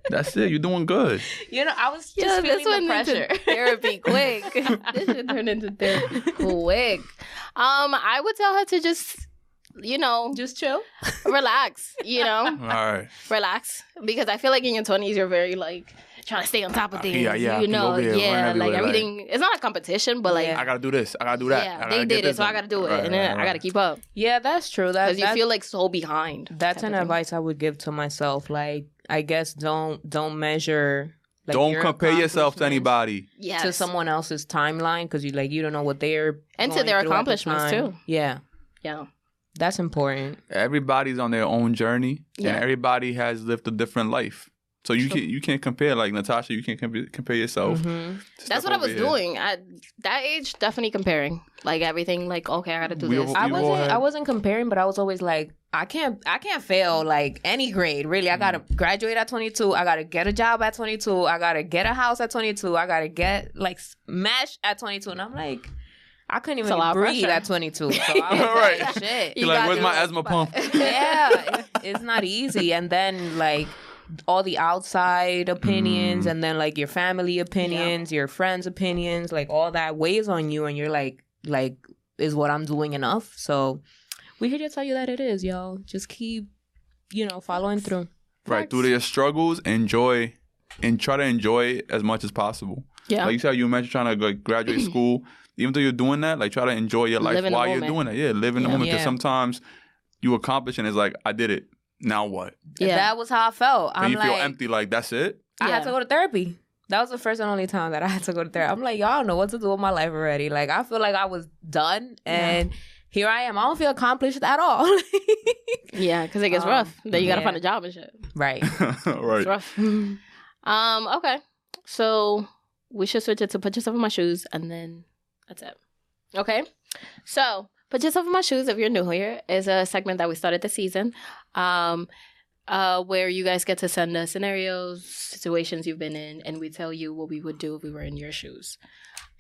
S1: that's it. You're doing good.
S3: [LAUGHS] you know, I was just
S2: Yo,
S3: feeling
S2: this went
S3: the pressure. [LAUGHS]
S2: into [LAUGHS] therapy quick. this should turn into therapy quick. Um, I would tell her to just you know,
S3: Just chill.
S2: relax, you know,
S1: All right.
S2: relax. Because I feel like in your 20s, you're very like trying to stay on top of
S1: Uh,
S2: things.
S1: yeah, yeah, I
S2: You
S1: can go
S2: know,
S1: over here, run
S2: yeah, like
S1: everywhere, like-
S2: everything. It's not a competition, but like,
S3: Yeah.
S2: yeah,
S1: I gotta do this. I gotta do that. I gotta
S2: they
S1: get
S2: did it,
S1: this
S2: so I
S1: done.
S2: got to do it.
S1: Right,
S2: and then
S1: right,
S2: I got to
S1: right.
S2: keep up.
S3: Yeah, that's true. That,
S2: Because you
S3: that's-
S2: feel like so behind.
S3: that's
S2: type
S3: an
S2: of thing.
S3: advice I would give to myself. Like, I guess don't don't measure. Like,
S1: Don't
S3: your
S1: compare yourself to
S3: accomplishments
S1: anybody.
S2: Yes.
S3: to someone else's timeline because you like you don't know what they're
S2: And to
S3: going
S2: their
S3: through at the
S2: accomplishments,
S3: time.
S2: too.
S3: Yeah,
S2: Yeah.
S3: that's important.
S1: Everybody's on their own journey,
S2: Yeah.
S1: and everybody has lived a different life. So you
S2: True. Mm-hmm.
S1: can you can't compare like Natasha. You can't compare, compare yourself.
S3: Mhm.
S1: to
S2: That's
S1: stuff
S2: what I
S1: over
S2: was
S1: here.
S2: doing. At that age, definitely comparing. Like everything, like, okay, I gotta do
S1: We
S2: this.
S1: all-
S3: I
S1: You all
S3: wasn't
S1: had-
S3: I wasn't comparing, but I was always like, I can't I can't fail like any grade really. I gotta graduate at 22. I gotta get a job at 22. I gotta get a house at 22. I gotta get like smash at 22. And I'm like, I couldn't
S2: a
S3: even
S2: lot of
S3: breathe
S2: pressure.
S3: at 22. So I was
S1: Right.
S3: like, shit.
S1: You're
S2: You
S1: like,
S2: gotta
S1: where's
S2: do
S1: my
S2: it.
S1: asthma pump?
S2: [LAUGHS]
S3: yeah, it- it's not easy. And then like all the outside opinions,
S1: Mm.
S3: and then like your family opinions, your friends' opinions, like all that weighs on you, and you're like, like, is what I'm doing enough? So we here to tell you that it is, y'all. Just keep, you know, following through.
S1: Right through their struggles, enjoy and try to enjoy it as much as possible.
S2: Yeah.
S1: Like you said, you mentioned trying to like,
S2: [CLEARS THROAT]
S1: graduate school. Even though you're doing that, like try to enjoy your life
S2: Live in the
S1: while you're doing
S2: moment.
S1: it. Yeah, live in the
S2: Yeah.
S1: moment because
S3: Yeah.
S1: sometimes you accomplish and it's like I did it. Now what?
S2: Yeah.
S3: That was how I felt.
S1: And
S3: I'm
S1: you
S3: like,
S1: feel empty. Like that's it. [LAUGHS]
S3: I had
S2: Yeah.
S3: to go to therapy. That was the first and only time that I had to go to therapy. I'm like, y'all don't know what to do with my life already. Like, I feel like I was done, and here I am. I don't feel accomplished at all. [LAUGHS]
S2: Yeah, because it gets
S3: Um,
S2: rough. Then you gotta
S3: yeah.
S2: find a job and shit.
S3: right.
S1: right.
S2: It's rough. [LAUGHS] Um, okay. So we should switch it to put yourself in my shoes and then that's it. Okay. So put yourself in my shoes if you're new here is a segment that we started this season. Um uh, where you guys get to send us scenarios, situations you've been in, and we tell you what we would do if we were in your shoes.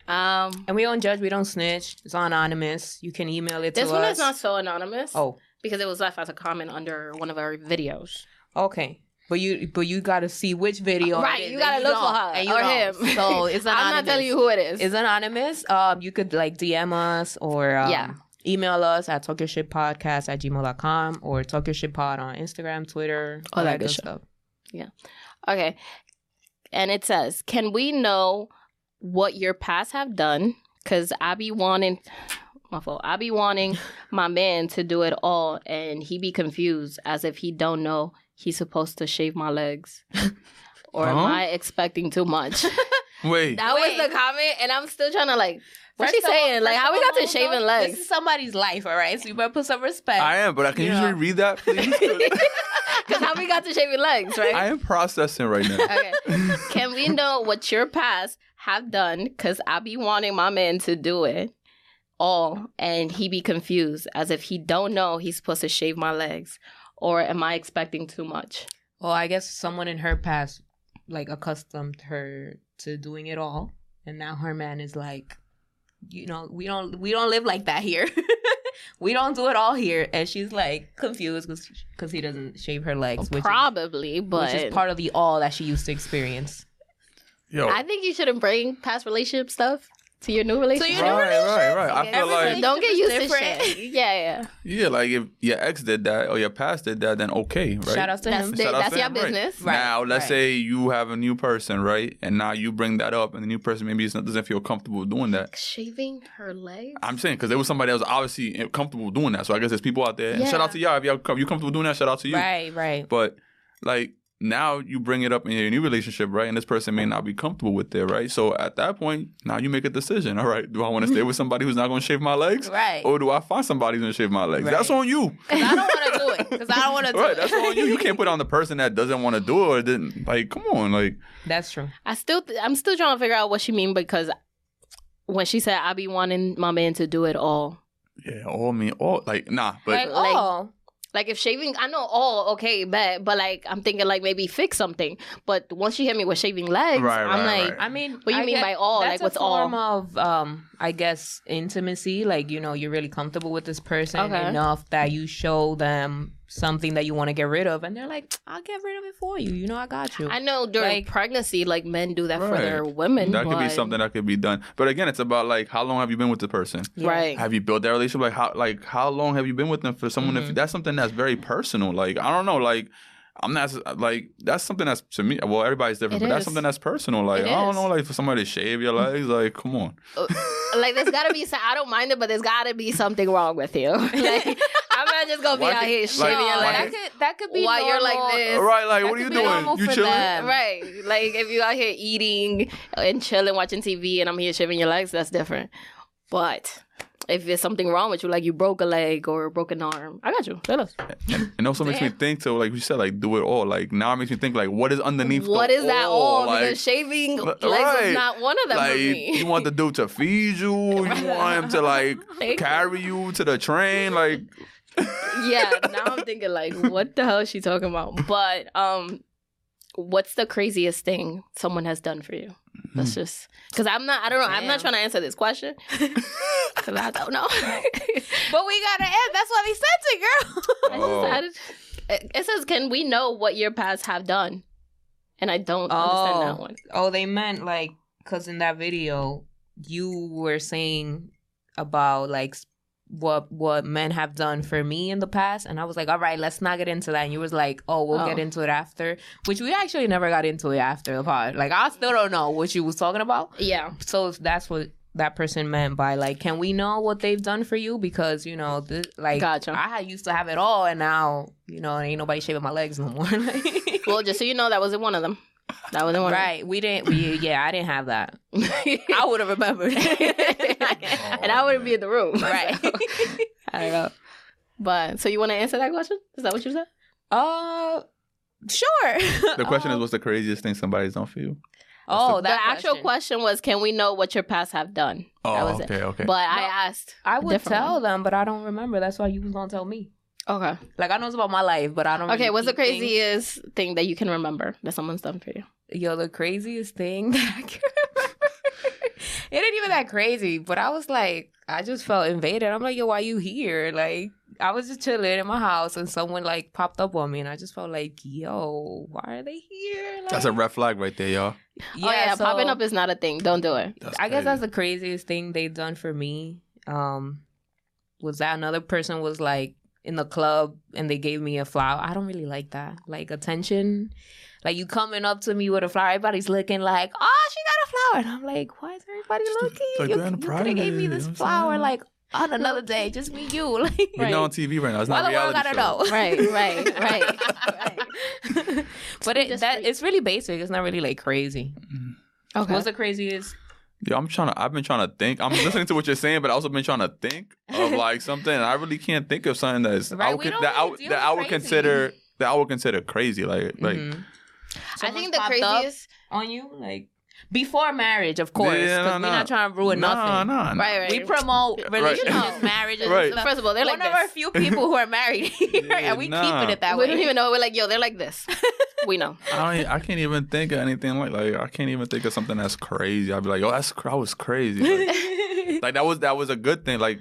S2: Um,
S3: [LAUGHS] And we don't judge. We don't snitch. It's all anonymous. You can email it
S2: this
S3: to
S2: one
S3: us.
S2: is not so anonymous
S3: oh,
S2: because it was left as a comment under one of our videos.
S3: okay. But you, but you gotta see which video. it
S2: Right,
S3: is,
S2: you
S3: and
S2: gotta look
S3: don't,
S2: for her
S3: and you
S2: or
S3: don't.
S2: him.
S3: So it's anonymous.
S2: [LAUGHS] I'm not telling you who it is.
S3: It's anonymous. Um, you could like DM us or um,
S2: Yeah.
S3: email us at Talk Your Shit Podcast at gmail.com or Talk Your Shit Pod on Instagram, Twitter,
S2: All that good shit.
S3: stuff.
S2: Okay. And it says, "Can we know what your past have done? Cause I be wanting, my fault. I be [LAUGHS] wanting my man to do it all, and he be confused as if he don't know he's supposed to shave my [LAUGHS] legs, or am
S1: Huh?
S2: I expecting too much?"
S1: Wait.
S2: that was
S3: Wait.
S2: the comment, and I'm still trying to like, what's
S3: First
S2: she
S3: of all-
S2: saying? Like,
S3: first
S2: how we
S3: of
S2: got
S3: all,
S2: to shaving
S3: though,
S2: legs?
S3: This is somebody's life, all right? So you better put some respect.
S1: I am, but I can
S3: Yeah.
S1: usually read
S2: [LAUGHS]
S1: that, please.
S2: Cause how we got to shaving legs,
S3: [LAUGHS]
S2: right?
S1: I am processing right now.
S2: Okay. Can we know what your past have done? Cause I be wanting my man to do it all, and he be confused as if he don't know he's supposed to shave my legs, or am I expecting too much?
S3: Well, I guess someone in her past like accustomed her to doing it all, and now her man is like, you know, we don't we don't live like that here. [LAUGHS] we don't do it all here, and she's like confused because he doesn't shave her legs, which is,
S2: Probably, but
S3: which is part of the all that she used to experience.
S1: Yo.
S2: I think you shouldn't bring past relationship stuff to your new relationship.
S3: new
S1: right, right, right. I
S3: Okay.
S1: feel
S3: Everything-
S1: like
S2: Don't get used
S3: Relationship is
S2: to
S3: different.
S2: shit. Yeah, yeah.
S1: Yeah, like if your ex did that or your past did that, then okay, right?
S3: Shout out to
S2: That's
S3: him.
S2: the-
S1: Shout out
S2: that's
S1: to
S2: your
S1: him, right.
S2: business.
S3: Right,
S1: Now, let's
S3: right.
S1: say you have a new person, right? And now you bring that up, and the new person maybe is not, doesn't feel comfortable doing that.
S2: Shaving her legs.
S1: I'm saying because there was somebody that was obviously eh, comfortable doing that. So I guess there's people out there. And shout
S2: Yeah.
S1: out to y'all if y'all com- you comfortable doing that. Shout out to you.
S3: Right, right.
S1: [LAUGHS] But like now you bring it up in your new relationship, right? And this person may not be comfortable with it, right? So at that point, now you make a decision. All right, do I want to
S3: [LAUGHS]
S1: stay with somebody who's not going to shave my legs?
S3: Right.
S1: Or Oh, do I find somebody who's going to shave my legs?
S3: Right.
S1: That's on you.
S3: 'Cause I don't want to do it. Because I don't want to do
S1: Right,
S3: it.
S1: that's on you. You can't put on the person that doesn't want to do it or didn't. Like, come on, like,
S3: [LAUGHS] That's true.
S2: I still th- I'm still trying to figure out what she mean because when she said I be wanting my man to do it all.
S1: yeah, all me, all like, nah. But
S3: like,
S2: Like-
S3: oh,
S2: Like if shaving, I know all okay, bet, but like I'm thinking like maybe fix something. But once she hit me with shaving legs,
S1: Right,
S2: I'm
S1: right,
S2: like,
S1: right.
S3: I mean,
S2: What do you
S3: I
S2: mean by all?
S3: That's
S2: Like,
S3: a
S2: what's
S3: form of, um, I guess, intimacy. Like, you know, you're really comfortable with this person
S2: Okay.
S3: enough that you show them something that you want to get rid of, and they're like, "I'll get rid of it for you. You know, I got you."
S2: I know during
S3: Like-
S2: pregnancy, like men do that for
S1: Right.
S2: their women.
S1: That could be
S2: but-
S1: something that could be done. But again, it's about like how long have you been with the person?
S3: Yeah.
S2: right?
S1: Have you built that relationship? Like how like how long have you been with them for someone? If that's something that's very personal, like I don't know, like I'm not like that's something that's to me. Well, everybody's different,
S2: It
S1: but
S2: is.
S1: that's something that's personal. Like
S2: It
S1: I don't
S2: is. Mm-hmm.
S1: know, like for somebody to shave your legs, like come on.
S2: [LAUGHS] like there's gotta be. some- I don't mind it, but there's gotta be something wrong with you. [LAUGHS] Like I'm not just gonna be
S1: Why
S2: out
S1: can't-
S2: here
S1: like,
S2: shitty.
S1: why
S2: and
S1: can't-
S2: like,
S3: could that could
S2: why you're like this?
S1: All right, like
S3: that
S1: what are
S3: could
S1: you
S3: be
S1: doing?
S3: normal
S1: You
S3: for
S1: chilling?
S3: them.
S2: Right. Like if you out here eating and chilling, watching TV, and I'm here shaving your legs, that's different. But if there's something wrong with you, like you broke a leg or broke an arm, I got you. Tell us.
S1: And also makes me think so, like you said, like do it all. Like now it makes me think like what is underneath.
S2: What
S1: the
S2: is that
S1: all?
S2: all?
S1: Like,
S2: because shaving
S1: l-
S2: legs
S1: right.
S2: is not one of them
S1: like
S2: for me. [LAUGHS]
S1: you want the dude to feed you, you want him to like
S2: Thank you.
S1: carry you to the train, like
S2: yeah, now I'm thinking like, what the hell is she talking about? But um, what's the craziest thing someone has done for you?
S1: Hmm.
S2: That's just because I'm not. I don't know. I'm not
S3: Damn.
S2: trying to answer
S1: [LAUGHS]
S2: this question because I don't know. [LAUGHS]
S3: But we gotta end. That's why they sent it, girl. [LAUGHS]
S2: [LAUGHS] I
S1: oh.
S2: just- I just- it it says, "Can we know what your past have done?" And I don't understand that
S3: Oh.
S2: one.
S3: Oh, they meant like because in that video you were saying about like s- what what men have done for me in the past, and I was like, all right, let's not get into that. And you was like, oh, we'll
S2: Oh.
S3: get into it after, which we actually never got into it after the pod. Like I still don't know what you was talking about.
S2: Yeah,
S3: So that's what that person meant by like, can we know what they've done for you? Because you know, this, like
S2: Gotcha.
S3: I had- used to have it all, and now you know, ain't nobody shaving my legs no more. [LAUGHS] Like-
S2: well, just so you know, that wasn't one of them. That wasn't one.
S3: right? We didn't. We, yeah, I didn't have that.
S2: Of them.
S3: [LAUGHS] I would have
S2: [LAUGHS]
S3: remembered.
S2: and I wouldn't be in the room,
S3: [LAUGHS] right.
S2: So, [LAUGHS] I don't know. But so you want to answer that question? Is that what you said?
S3: Uh, sure.
S1: The question
S3: Uh, [LAUGHS]
S1: is, what's the craziest thing somebody's done for you?
S3: Oh,
S2: the
S3: that
S2: actual question was, can we know what your past have done? that was it.
S1: Oh, okay.
S2: But I asked.
S3: I would
S2: Different
S3: tell
S2: one.
S3: them, but I don't remember. That's why you was gonna tell me.
S2: Okay.
S3: Like I know it's about my life, but I don't.
S2: Okay.
S3: really
S2: What's the
S3: keep things-
S2: craziest thing that you can remember that someone's done for you? Oh,
S3: Yo, the craziest thing [LAUGHS] that I can remember. it ain't even that crazy, but I was like, I just felt invaded. I'm like, yo, why you here? Like, I was just chilling in my house and someone like popped up on me and I just felt like, yo, why are they here? Like,
S1: That's a red flag right there, y'all.
S2: oh yeah,
S3: so-
S2: popping up is not a thing. Don't do it.
S1: That's
S3: I guess
S1: crazy.
S3: that's the craziest thing they've done for me. Um, was that another person was like in the club and they gave me a flower. I don't really like that. Like attention. Like you coming up to me with a flower, everybody's looking like, oh, she got a flower. And I'm like, why is everybody
S1: Just
S3: looking?
S1: like
S3: you
S1: they're in a
S3: you could have gave
S1: private,
S3: me
S1: you
S3: this
S1: know what I'm
S3: flower
S1: saying?
S3: like on another
S2: [LAUGHS]
S3: day, just me you. [LAUGHS] Like
S1: We're not on TV right now. It's
S3: why
S1: not
S3: the
S1: a
S3: world
S1: reality show.
S3: gotta know?
S2: Right, [LAUGHS] right, right,
S3: [LAUGHS] but it,
S2: Just
S3: that
S2: like-
S3: it's really basic. It's not really like crazy.
S2: Okay.
S3: What's the craziest?
S1: Yeah, I'm trying to. I've been trying to think. I'm listening to what you're saying, but I also been trying to think
S3: [LAUGHS]
S1: of like something. And I really can't think of something that's
S3: Right,
S1: I
S3: we
S1: would,
S3: don't
S1: that I
S3: really
S1: would
S3: deal
S1: that
S3: with
S1: I would
S3: crazy.
S1: consider that I would consider crazy. Like like
S3: Mhm.
S2: I
S3: Someone
S2: think the
S3: popped up
S2: craziest.
S3: on you, like before marriage, of course, because
S1: Yeah, nah,
S3: we're
S1: nah.
S3: not trying to ruin
S1: nah,
S3: nothing.
S1: nah, nah.
S2: Right, right.
S3: We promote relationships,
S2: [LAUGHS] You know.
S3: marriages.
S1: Right.
S3: And stuff.
S2: First of all, they're
S3: One
S2: like
S3: of our
S2: this.
S3: few people who are married [LAUGHS] here,
S1: [LAUGHS] Yeah,
S3: and we
S1: nah.
S3: keeping it that
S2: we
S3: way.
S2: don't
S1: [LAUGHS]
S2: even know. We're like, yo, they're like [LAUGHS] this. we know.
S1: I don't. e- I can't even think of anything like like I can't even think of something that's crazy. I'd be like, oh, that's cr- I was crazy.
S3: [LAUGHS]
S1: Like, like, that was that was a good thing. Like,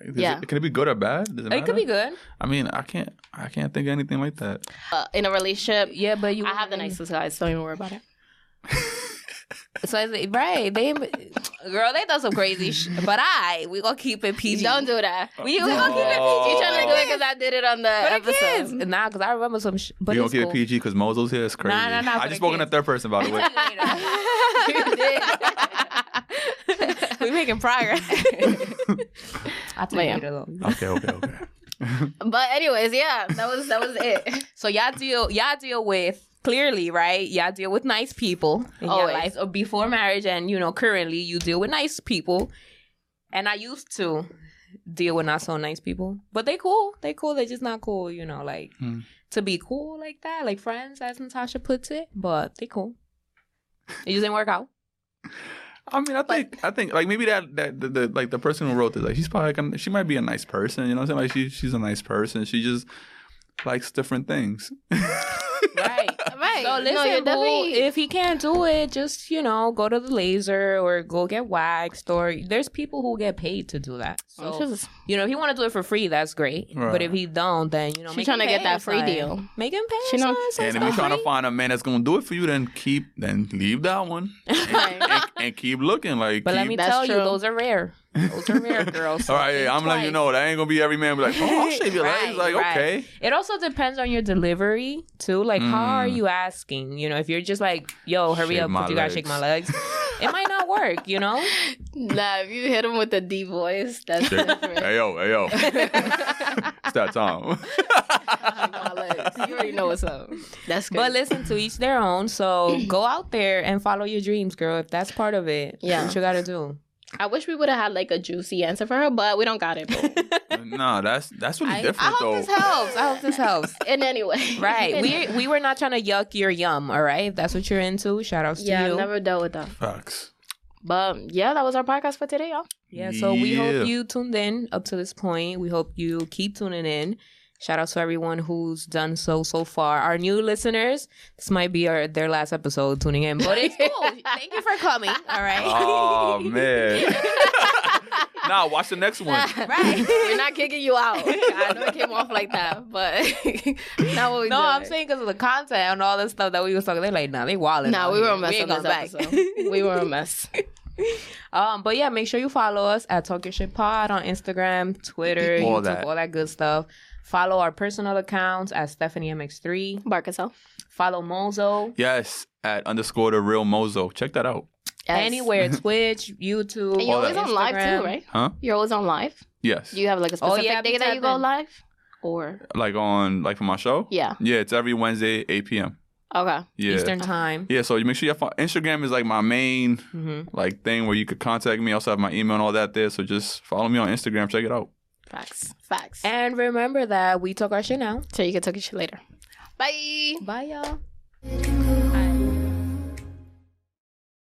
S1: is
S2: Yeah.
S1: it, can it be good or bad? Does it,
S3: [LAUGHS] it could be good.
S1: I mean, I can't. I can't think of anything like that.
S2: Uh, in a relationship,
S3: Yeah, but you.
S2: I have the nicest guys. Don't even worry about it.
S3: So it's like, right, they [LAUGHS] girl, they done some crazy shit. But I, we gonna keep it PG.
S2: Don't do that.
S3: we, we gonna keep it PG.
S2: You trying to do it
S3: kids.
S2: because I did it on the
S3: for the kids?
S2: episode.
S3: Nah, because I remember some. Sh- but
S1: we don't
S3: it's
S1: get
S3: cool.
S1: PG because Mozo's here. It's crazy.
S3: Nah, nah, nah,
S1: I
S3: for the
S1: just spoke in the
S3: kids.
S1: third person, by the
S3: [LAUGHS]
S1: way.
S2: [LAUGHS] You did.
S3: [LAUGHS] we
S1: [LAUGHS]
S3: making progress. I
S2: But yeah.
S3: take it alone.
S1: okay, okay, okay.
S2: But anyways, yeah, that was that was it.
S3: So y'all deal y'all deal with clearly, right? Y'all deal with nice people in your
S2: Always.
S3: life or before marriage and you know, currently you deal with nice people. And I used to deal with not so nice people. But they cool. They cool. They just not cool, you know, like
S1: Hmm.
S3: to be cool like that, like friends as Natasha puts it. But they cool. It just didn't work out.
S1: I mean, I think I think like maybe that that the, the like the person who wrote this, like she's probably like, a- she might be a nice person. You know what I'm saying? Like she
S3: [LAUGHS]
S1: she's a nice person. She just likes different things.
S3: Right.
S2: [LAUGHS] Right. [LAUGHS] right.
S3: So listen,
S2: no, you're
S3: boo,
S2: definitely.
S3: if he can't do it, just you know, go to the laser or go get waxed. Or there's people who get paid to do that. So
S2: Oh, She's-
S3: you know, if he want to do it for free, that's great.
S1: Right.
S3: But if he don't, then you know,
S2: She
S3: make
S2: tryna
S3: him
S2: get
S3: pay
S2: that
S3: or
S2: free
S3: something.
S2: deal.
S3: Make him pay.
S2: She
S3: or
S2: know-
S3: something, so
S1: And if
S3: it's
S1: you're trying to
S3: alright.
S1: find a man that's gonna do it for you, then keep then leave that one and,
S2: [LAUGHS] Right.
S3: [LAUGHS]
S1: and, and keep looking like.
S3: But let
S1: keep-
S3: me
S2: That's
S3: tell you,
S2: true.
S3: those are rare. Those are
S1: [LAUGHS]
S3: rare, girls.
S1: All right, yeah, I'm letting you know that ain't gonna be every man be like, oh, I'll shave your legs.
S3: Right,
S1: Like,
S3: right. [LAUGHS]
S1: okay,
S3: It also depends on your delivery too. Like, how are
S1: Mm.
S3: you asking? You know, if you're just like, "Yo, hurry
S1: Shave
S3: up,
S1: my
S3: you gotta shake my legs," it might not work. You
S2: [LAUGHS]
S3: know,
S2: Nah, if you hit him with a D voice, that's
S1: Shake-
S2: different. [LAUGHS]
S1: hey yo, hey
S3: [LAUGHS]
S1: yo, [LAUGHS] it's that time.
S2: My legs. You already know what's up. That's good.
S3: but listen to each their own.
S2: [CLEARS THROAT]
S3: So go out there and follow your dreams, girl. If that's part of it,
S2: Yeah.
S3: what you gotta do.
S2: I wish we would have had like a juicy answer for her, but we don't got it. boo.
S1: no, that's that's really
S2: I- I
S1: different
S3: I
S1: though.
S3: hope this helps. I hope this helps.
S2: In any [LAUGHS] way,
S3: Right. We we were not trying to yuck your yum, all right? If that's what you're into, shout outs
S2: yeah,
S3: to you.
S2: I've never dealt with that.
S1: Facts.
S2: But yeah, that was our podcast for today, [LAUGHS] y'all.
S3: yeah, so we
S1: Yeah.
S3: hope you tuned in up to this point. We hope you keep tuning in. Shout out to everyone who's done so so far. Our new listeners, this might be our their last episode tuning in, but it's
S2: [LAUGHS]
S3: cool. Thank you for coming. All right.
S1: Oh man. [LAUGHS] nah, watch the next one.
S3: [LAUGHS]
S2: [LAUGHS]
S3: Right.
S2: We're not kicking you out. [LAUGHS] I know it came off like that, but [LAUGHS] not what we
S3: No, I'm
S2: doing.
S3: saying because of the content and all this stuff that we was talking. They're like, nah, they wilding.
S2: Nah,
S3: out
S2: we were
S3: here.
S2: a mess
S3: ain't
S2: on this
S3: going back.
S2: episode. We were a [LAUGHS] mess.
S3: Um, but yeah, make sure you follow us at Talk Your Shit Pod on Instagram, Twitter,
S1: All
S3: YouTube,
S1: that.
S3: all that good stuff. Follow our personal accounts at Stephanie MX3.
S2: Bark yourself.
S3: Follow Mozo
S1: Yes, at underscore the real mozo. Check that out.
S2: Yes.
S1: [LAUGHS]
S3: anywhere, Twitch, YouTube.
S2: And you're
S1: All
S2: always
S1: that.
S2: on live
S3: Instagram.
S2: too, right?
S1: Huh?
S2: You're always on live.
S1: Yes.
S2: Do you have like a
S3: Oh,
S2: specific
S3: yeah,
S2: day
S3: be
S2: that you go
S3: tapping.
S2: live? Or
S1: like on like for my show?
S2: yeah.
S1: Yeah, it's every Wednesday, 8 p.m.
S2: Okay.
S1: Yeah.
S3: Eastern Time.
S1: Yeah, so you make sure you follow Instagram is like my main
S3: hmm
S1: like thing where you could contact me. I also have my email and all that there. So just follow me on Instagram. Check it out.
S2: Facts. Facts.
S3: And remember that we talk our shit now.
S2: so you can talk your shit later. Bye.
S3: Bye, y'all.